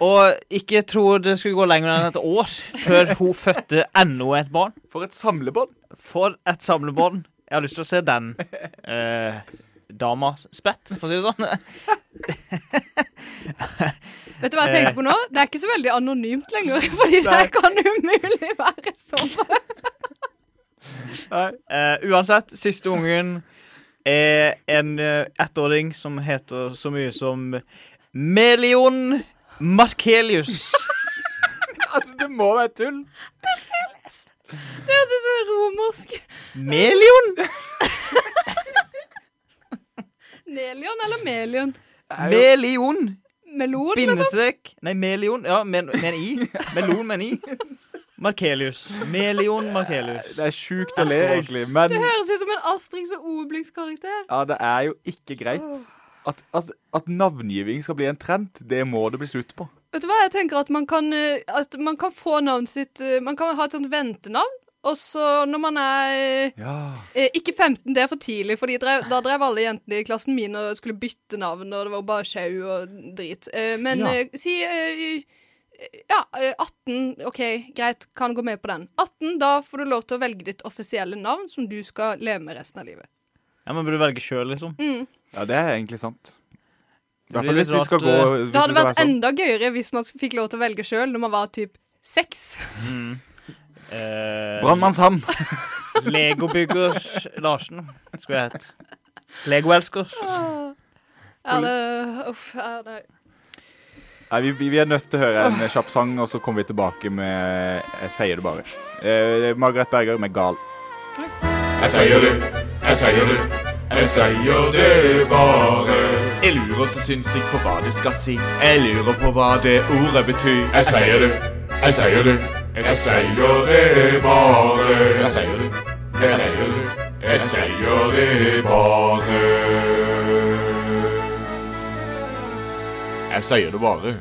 [SPEAKER 1] Og ikke tro det skulle gå lenger enn et år før hun fødte enda et barn.
[SPEAKER 2] For et samlebånd.
[SPEAKER 1] For et samlebånd. Jeg har lyst til å se den eh, dama spett, for å si det sånn.
[SPEAKER 3] Vet du hva jeg tenkte på nå? Det er ikke så veldig anonymt lenger, fordi det
[SPEAKER 2] Nei.
[SPEAKER 3] her kan umulig være sånn.
[SPEAKER 2] Nei.
[SPEAKER 1] Eh, uansett, siste ungen er en eh, ettåring som heter så mye som Melion Markelius.
[SPEAKER 2] Altså, det må være tull.
[SPEAKER 3] Det høres ut som en romersk
[SPEAKER 1] Melion?
[SPEAKER 3] Nelion eller Melion?
[SPEAKER 1] Melion?
[SPEAKER 3] Melon, liksom?
[SPEAKER 1] Bindestrek. Nei, Melion. Ja, men, men i. Melon, men i. Markelius. Melion Markelius.
[SPEAKER 2] Det er sjukt å le, egentlig, men
[SPEAKER 3] Det høres ut som en Astrix og Obelix-karakter.
[SPEAKER 2] ja, det er jo ikke greit. At, at, at navngiving skal bli en trend, det må det bli slutt på.
[SPEAKER 3] Vet du hva, jeg tenker at man kan, eh, at man kan få navnet sitt eh, Man kan ha et sånt ventenavn. Og så når man er eh,
[SPEAKER 2] Ja.
[SPEAKER 3] eh, Ikke 15, det er for tidlig, for da drev alle jentene i klassen min og skulle bytte navn, og det var bare sjau og drit. Eh, Men
[SPEAKER 2] Ja.
[SPEAKER 3] eh, si eh, Ja, eh, 18. OK, greit, kan gå med på den. 18, da får du lov til å velge ditt offisielle navn, som du skal leve med resten av livet.
[SPEAKER 1] Ja, Man burde velge sjøl, liksom.
[SPEAKER 2] ja, det er egentlig sant. I hvert
[SPEAKER 1] blir
[SPEAKER 2] fall hvis
[SPEAKER 1] litt
[SPEAKER 2] de skal
[SPEAKER 1] rart,
[SPEAKER 2] gå
[SPEAKER 1] eh,
[SPEAKER 2] hvis
[SPEAKER 3] Det hadde
[SPEAKER 2] de skal være
[SPEAKER 3] vært
[SPEAKER 2] sånn.
[SPEAKER 3] enda gøyere hvis man fikk lov til å velge sjøl når man var typ seks.
[SPEAKER 1] Eh,
[SPEAKER 2] Brannmannsham!
[SPEAKER 1] Legobygger Larsen, skulle jeg hett. Legoelsker.
[SPEAKER 3] Ja, det Uff. Ja, nei.
[SPEAKER 2] Nei, vi, vi- vi er nødt til å høre en eh, kjapp sang, og så kommer vi tilbake med Jeg sier det bare. Eh, Margaret Berger med 'Gal'.
[SPEAKER 7] Jeg sier det, jeg sier det, jeg sier det bare. Jeg lurer så sinnssykt på hva det skal si. Jeg lurer på hva det ordet betyr. Jeg sier det, jeg sier det, jeg sier det bare. Jeg sier det, jeg sier det, jeg sier det bare. Jeg sier det bare.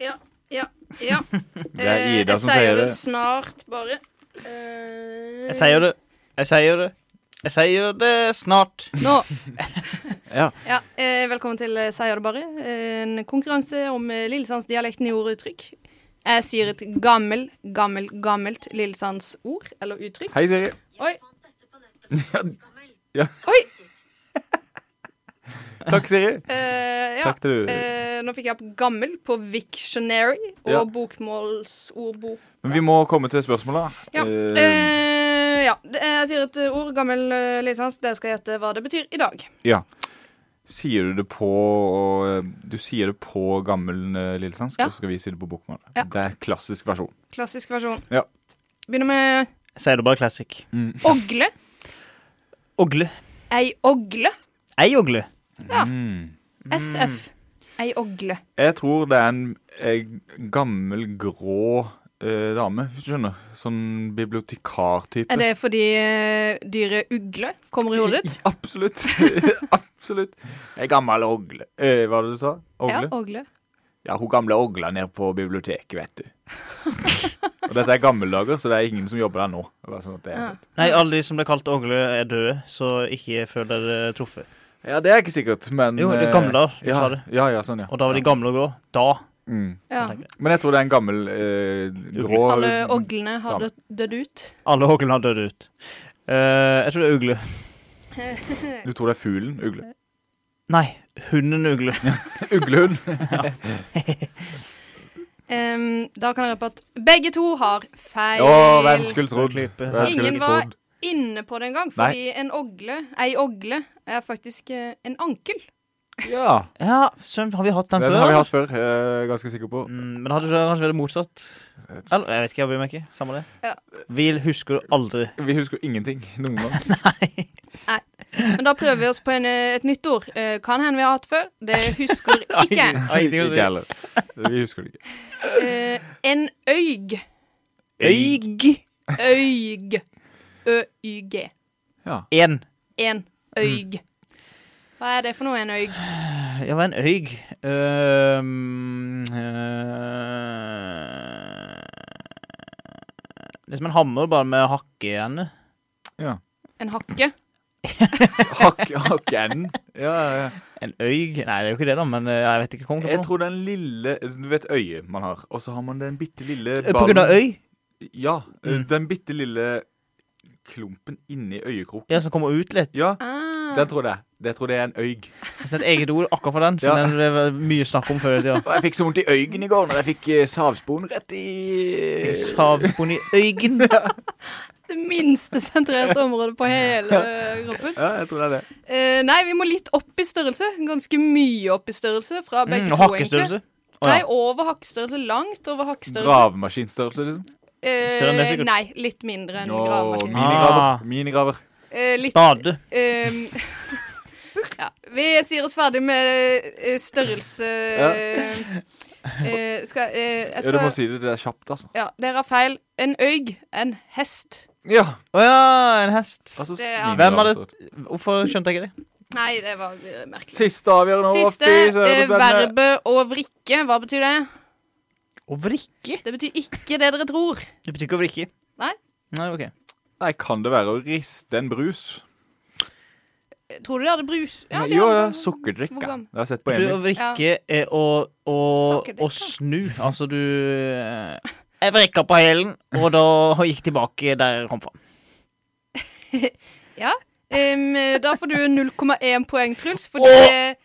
[SPEAKER 3] Ja, ja, ja. Eh,
[SPEAKER 2] Det er Ida som sier det.
[SPEAKER 3] snart, bare. Eh,
[SPEAKER 1] Jeg sier det. Jeg sier det. Jeg sier det snart.
[SPEAKER 3] Nå.
[SPEAKER 2] Ja.
[SPEAKER 3] eh, velkommen til eh, Sier det bare. Eh, En konkurranse om eh, lillesandsdialekten i ord og uttrykk. Jeg sier et gammel, gammel, gammelt lillesandsord eller uttrykk.
[SPEAKER 2] Hei, Siri.
[SPEAKER 3] Oi,
[SPEAKER 2] Takk, Siri.
[SPEAKER 3] eh, ja.
[SPEAKER 2] Takk til du.
[SPEAKER 3] Eh, nå fikk jeg opp 'gammel' på Victionary og
[SPEAKER 2] Ja.
[SPEAKER 3] bokmålsordbok.
[SPEAKER 2] Men vi må komme til spørsmålet.
[SPEAKER 3] Ja.
[SPEAKER 2] Eh,
[SPEAKER 3] Eh, ja. Det- Jeg sier et eh, ord, gammel eh, lisens. Det skal jeg gjette hva det betyr i dag.
[SPEAKER 2] ja. Sier du det på og, eh, Du sier det på gammel eh, lillesandsk,
[SPEAKER 3] Ja.
[SPEAKER 2] og så skal vi si det på bokmål.
[SPEAKER 3] Ja.
[SPEAKER 2] Det er klassisk versjon.
[SPEAKER 3] Klassisk versjon.
[SPEAKER 2] Ja.
[SPEAKER 3] Begynner med
[SPEAKER 1] Jeg sier det bare classic.
[SPEAKER 3] ogle.
[SPEAKER 1] Ogle.
[SPEAKER 3] Ei ogle.
[SPEAKER 1] Ei ogle.
[SPEAKER 2] Mm.
[SPEAKER 3] SF. Ei ogle.
[SPEAKER 2] Jeg tror det er en eh, gammel, grå eh, dame, hvis du skjønner. Sånn bibliotekartype.
[SPEAKER 3] Er det fordi eh, dyret ugle kommer i hodet ditt?
[SPEAKER 2] Absolutt. Absolutt. Ei gammel ogle. Eh, hva var det du sa?
[SPEAKER 3] Ja,
[SPEAKER 2] Ogle?
[SPEAKER 3] ogle.
[SPEAKER 2] Ja, hun gamle ogla nede på biblioteket, vet du. og dette er gammeldager, så det er ingen som jobber der nå. Det er Bare sånn at det er
[SPEAKER 3] Ja.
[SPEAKER 2] sant.
[SPEAKER 1] Nei, alle de som ble kalt ogle, er døde, så ikke føl dere truffet.
[SPEAKER 2] Ja, det er ikke sikkert, men
[SPEAKER 1] Jo, det er
[SPEAKER 2] eh,
[SPEAKER 1] gamle, du
[SPEAKER 2] ja,
[SPEAKER 1] sa det.
[SPEAKER 2] Ja, ja, sånn, ja.
[SPEAKER 1] Og da var de gamle og grå. Da.
[SPEAKER 2] Mm.
[SPEAKER 3] Ja.
[SPEAKER 1] tenker jeg.
[SPEAKER 2] Men jeg tror det er en gammel eh, grå
[SPEAKER 3] Alle oglene har dø- dødd ut.
[SPEAKER 1] Alle oglene har dødd ut. Eh, jeg tror det er ugle.
[SPEAKER 2] Du tror det er fuglen? Ugle.
[SPEAKER 1] Nei, hunden ugle.
[SPEAKER 2] Uglehund.
[SPEAKER 3] Em, da kan jeg røpe at begge to har feil.
[SPEAKER 2] Å, hvem skulle trodd?
[SPEAKER 1] Klype.
[SPEAKER 2] Hvem skulle
[SPEAKER 3] Ingen var-
[SPEAKER 2] trodd?
[SPEAKER 3] Inne på det en gang,
[SPEAKER 2] Nei.
[SPEAKER 3] fordi en ogle, ei ogle, er faktisk eh, en ankel.
[SPEAKER 2] Ja.
[SPEAKER 1] Ja, søren, har vi hatt den
[SPEAKER 2] Den
[SPEAKER 1] før?
[SPEAKER 2] har vi
[SPEAKER 1] eller?
[SPEAKER 2] hatt før. eh, ganske sikker på.
[SPEAKER 1] Mm, men hadde du kanskje vært motsatt? Eller, jeg vet ikke, jeg bryr meg ikke. Samme det.
[SPEAKER 3] Ja.
[SPEAKER 1] Vi husker aldri.
[SPEAKER 2] Vi husker ingenting noen gang.
[SPEAKER 3] Men da prøver vi oss på en, eh, et nytt ord. Eh, Kan hende vi har hatt før. Det husker ikke.
[SPEAKER 1] Nei, det er jo
[SPEAKER 2] ikke heller. Vi husker det ikke.
[SPEAKER 3] Eh, En øyg.
[SPEAKER 1] Øyg.
[SPEAKER 3] Øyg. Ø-y-g.
[SPEAKER 1] En.
[SPEAKER 3] En øyg.
[SPEAKER 2] Mm.
[SPEAKER 3] Hva er det for noe, en øyg?
[SPEAKER 1] Ja, hva er en øyg? Øhm, øh, det er som en hammer, bare med hakke i henne.
[SPEAKER 3] En hakke?
[SPEAKER 2] Hakk, hakk enden. Ja, ja, ja.
[SPEAKER 1] En øyg? Nei, det er jo ikke det, da, men øh, jeg vet ikke. Kom ikke
[SPEAKER 2] Jeg
[SPEAKER 1] på noe.
[SPEAKER 2] tror den lille Du vet øyet man har, og så har man den bitte lille
[SPEAKER 1] Øh, På grunn av øy?
[SPEAKER 2] Ja. eh,
[SPEAKER 1] Mm.
[SPEAKER 2] Den bitte lille klumpen inni øyekroken.
[SPEAKER 1] Ja, som kommer ut litt.
[SPEAKER 2] Ja,
[SPEAKER 3] Ah.
[SPEAKER 2] den tror jeg. Det tror jeg er en øyg.
[SPEAKER 1] Det er et eget ord akkurat for den,
[SPEAKER 2] Ja.
[SPEAKER 1] siden det var mye snakk om før i tida.
[SPEAKER 2] Og jeg fikk så vondt i øygen i går når jeg fikk eh, savspon rett i
[SPEAKER 1] Savspon i øygen.
[SPEAKER 3] Det minste sentrerte området på hele kroppen.
[SPEAKER 2] Ja, jeg tror det er det.
[SPEAKER 3] Eh, nei, vi må litt opp i størrelse. Ganske mye opp i størrelse fra begge
[SPEAKER 1] Mm,
[SPEAKER 3] to,
[SPEAKER 1] og hakkestørrelse. Å, ja.
[SPEAKER 3] Nei, over hakkestørrelse. Langt over hakkestørrelse.
[SPEAKER 2] Gravemaskinstørrelse, liksom.
[SPEAKER 1] Større enn det,
[SPEAKER 3] Eh,
[SPEAKER 1] sikkert.
[SPEAKER 3] nei, litt mindre enn
[SPEAKER 2] Nå,
[SPEAKER 3] gravemaskin.
[SPEAKER 1] Ah.
[SPEAKER 2] minigraver. Minigraver.
[SPEAKER 3] Eh, litt
[SPEAKER 1] Spade.
[SPEAKER 3] ehm, ja, Vi sier oss ferdig med eh, størrelse eh, skal, eh, jeg
[SPEAKER 2] Ja, du
[SPEAKER 3] skal,
[SPEAKER 2] må si det. Det er kjapt, altså.
[SPEAKER 3] ja, Dere har feil. En øyg. En hest.
[SPEAKER 2] Ja,
[SPEAKER 1] Å ja, en hest.
[SPEAKER 2] altså
[SPEAKER 3] Det er-
[SPEAKER 1] Hvem hadde
[SPEAKER 2] minigraver.
[SPEAKER 1] Hvorfor skjønte jeg ikke det?
[SPEAKER 3] Nei, det var eh, merkelig.
[SPEAKER 2] Siste avgjørende ord.
[SPEAKER 3] Siste
[SPEAKER 2] Fy søren, så
[SPEAKER 3] eh,
[SPEAKER 2] spennende.
[SPEAKER 3] verbet å vrikke. Hva betyr det?
[SPEAKER 1] Å vrikke?
[SPEAKER 3] Det betyr ikke det dere tror.
[SPEAKER 1] Det betyr ikke å vrikke.
[SPEAKER 3] Nei.
[SPEAKER 1] Nei, ok.
[SPEAKER 2] Nei, kan det være å riste en brus?
[SPEAKER 3] Tror du de hadde brus?
[SPEAKER 2] Nei,
[SPEAKER 3] de
[SPEAKER 2] jo, ja,
[SPEAKER 3] hadde-
[SPEAKER 2] sukkerdrikk.
[SPEAKER 3] Hvor
[SPEAKER 2] ja.
[SPEAKER 3] gammel?
[SPEAKER 2] Det har jeg sett på
[SPEAKER 1] Jeg tror å
[SPEAKER 2] Emil.
[SPEAKER 1] vrikke eh, er å, å,
[SPEAKER 3] Sakker det
[SPEAKER 1] å
[SPEAKER 3] ikke.
[SPEAKER 1] snu. Altså, du eh, Jeg vrikka på hælen, og da gikk tilbake der jeg kom fra.
[SPEAKER 3] Ja. Em, da får du 0,1 poeng, Truls, fordi,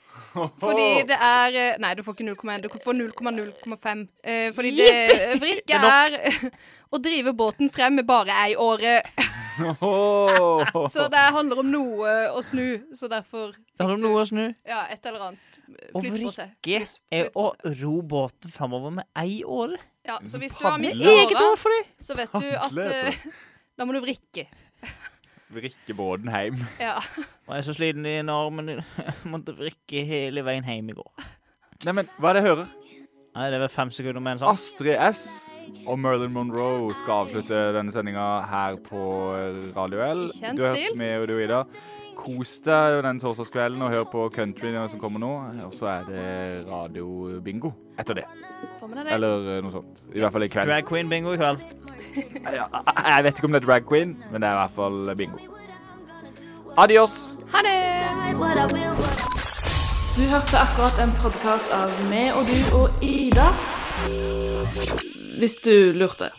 [SPEAKER 3] fordi det er eh, Nei, du får ikke 0,1, du får 0,0,5. Eh, fordi det vrikket er å drive båten frem med bare ei åre.
[SPEAKER 2] Åh.
[SPEAKER 3] Så det handler om noe å snu, så derfor
[SPEAKER 1] Det handler om noe å snu.
[SPEAKER 3] ja, et eller annet. eh,
[SPEAKER 1] Å
[SPEAKER 3] Flyttpose.
[SPEAKER 1] vrikke er å ro båten framover med ei åre.
[SPEAKER 3] Ja, så hvis du har
[SPEAKER 1] Med
[SPEAKER 3] mista
[SPEAKER 1] eget
[SPEAKER 3] åra,
[SPEAKER 1] år for det!
[SPEAKER 3] så vet du at
[SPEAKER 2] Handle,
[SPEAKER 3] eh, Da må du vrikke.
[SPEAKER 2] Vrikke båten hjem.
[SPEAKER 3] Ja.
[SPEAKER 1] Og jeg er så sliten i en arm, men jeg måtte vrikke hele veien hjem i går.
[SPEAKER 2] Nei, men hva er det jeg hører?
[SPEAKER 1] Nei, det var fem sekunder med en sånn sang.
[SPEAKER 2] Astrid S og Merlin Monroe skal avslutte denne sendinga her på Radio L.
[SPEAKER 3] I kjent
[SPEAKER 2] Du har
[SPEAKER 3] stil.
[SPEAKER 2] hørt med og du, Ida. Kos deg den torsdagskvelden og hør på country som kommer nå. Og så er det radiobingo etter det.
[SPEAKER 3] Får man det?
[SPEAKER 2] Eller eh, noe sånt. I hvert fall i kveld.
[SPEAKER 1] Drag queen bingo i kveld.
[SPEAKER 2] Ja, Jeg vet ikke om det er drag queen, men det er i hvert fall bingo. Adios.
[SPEAKER 3] Ha det!
[SPEAKER 8] Du hørte akkurat en podkast av meg og du og Ida. Hvis du lurte.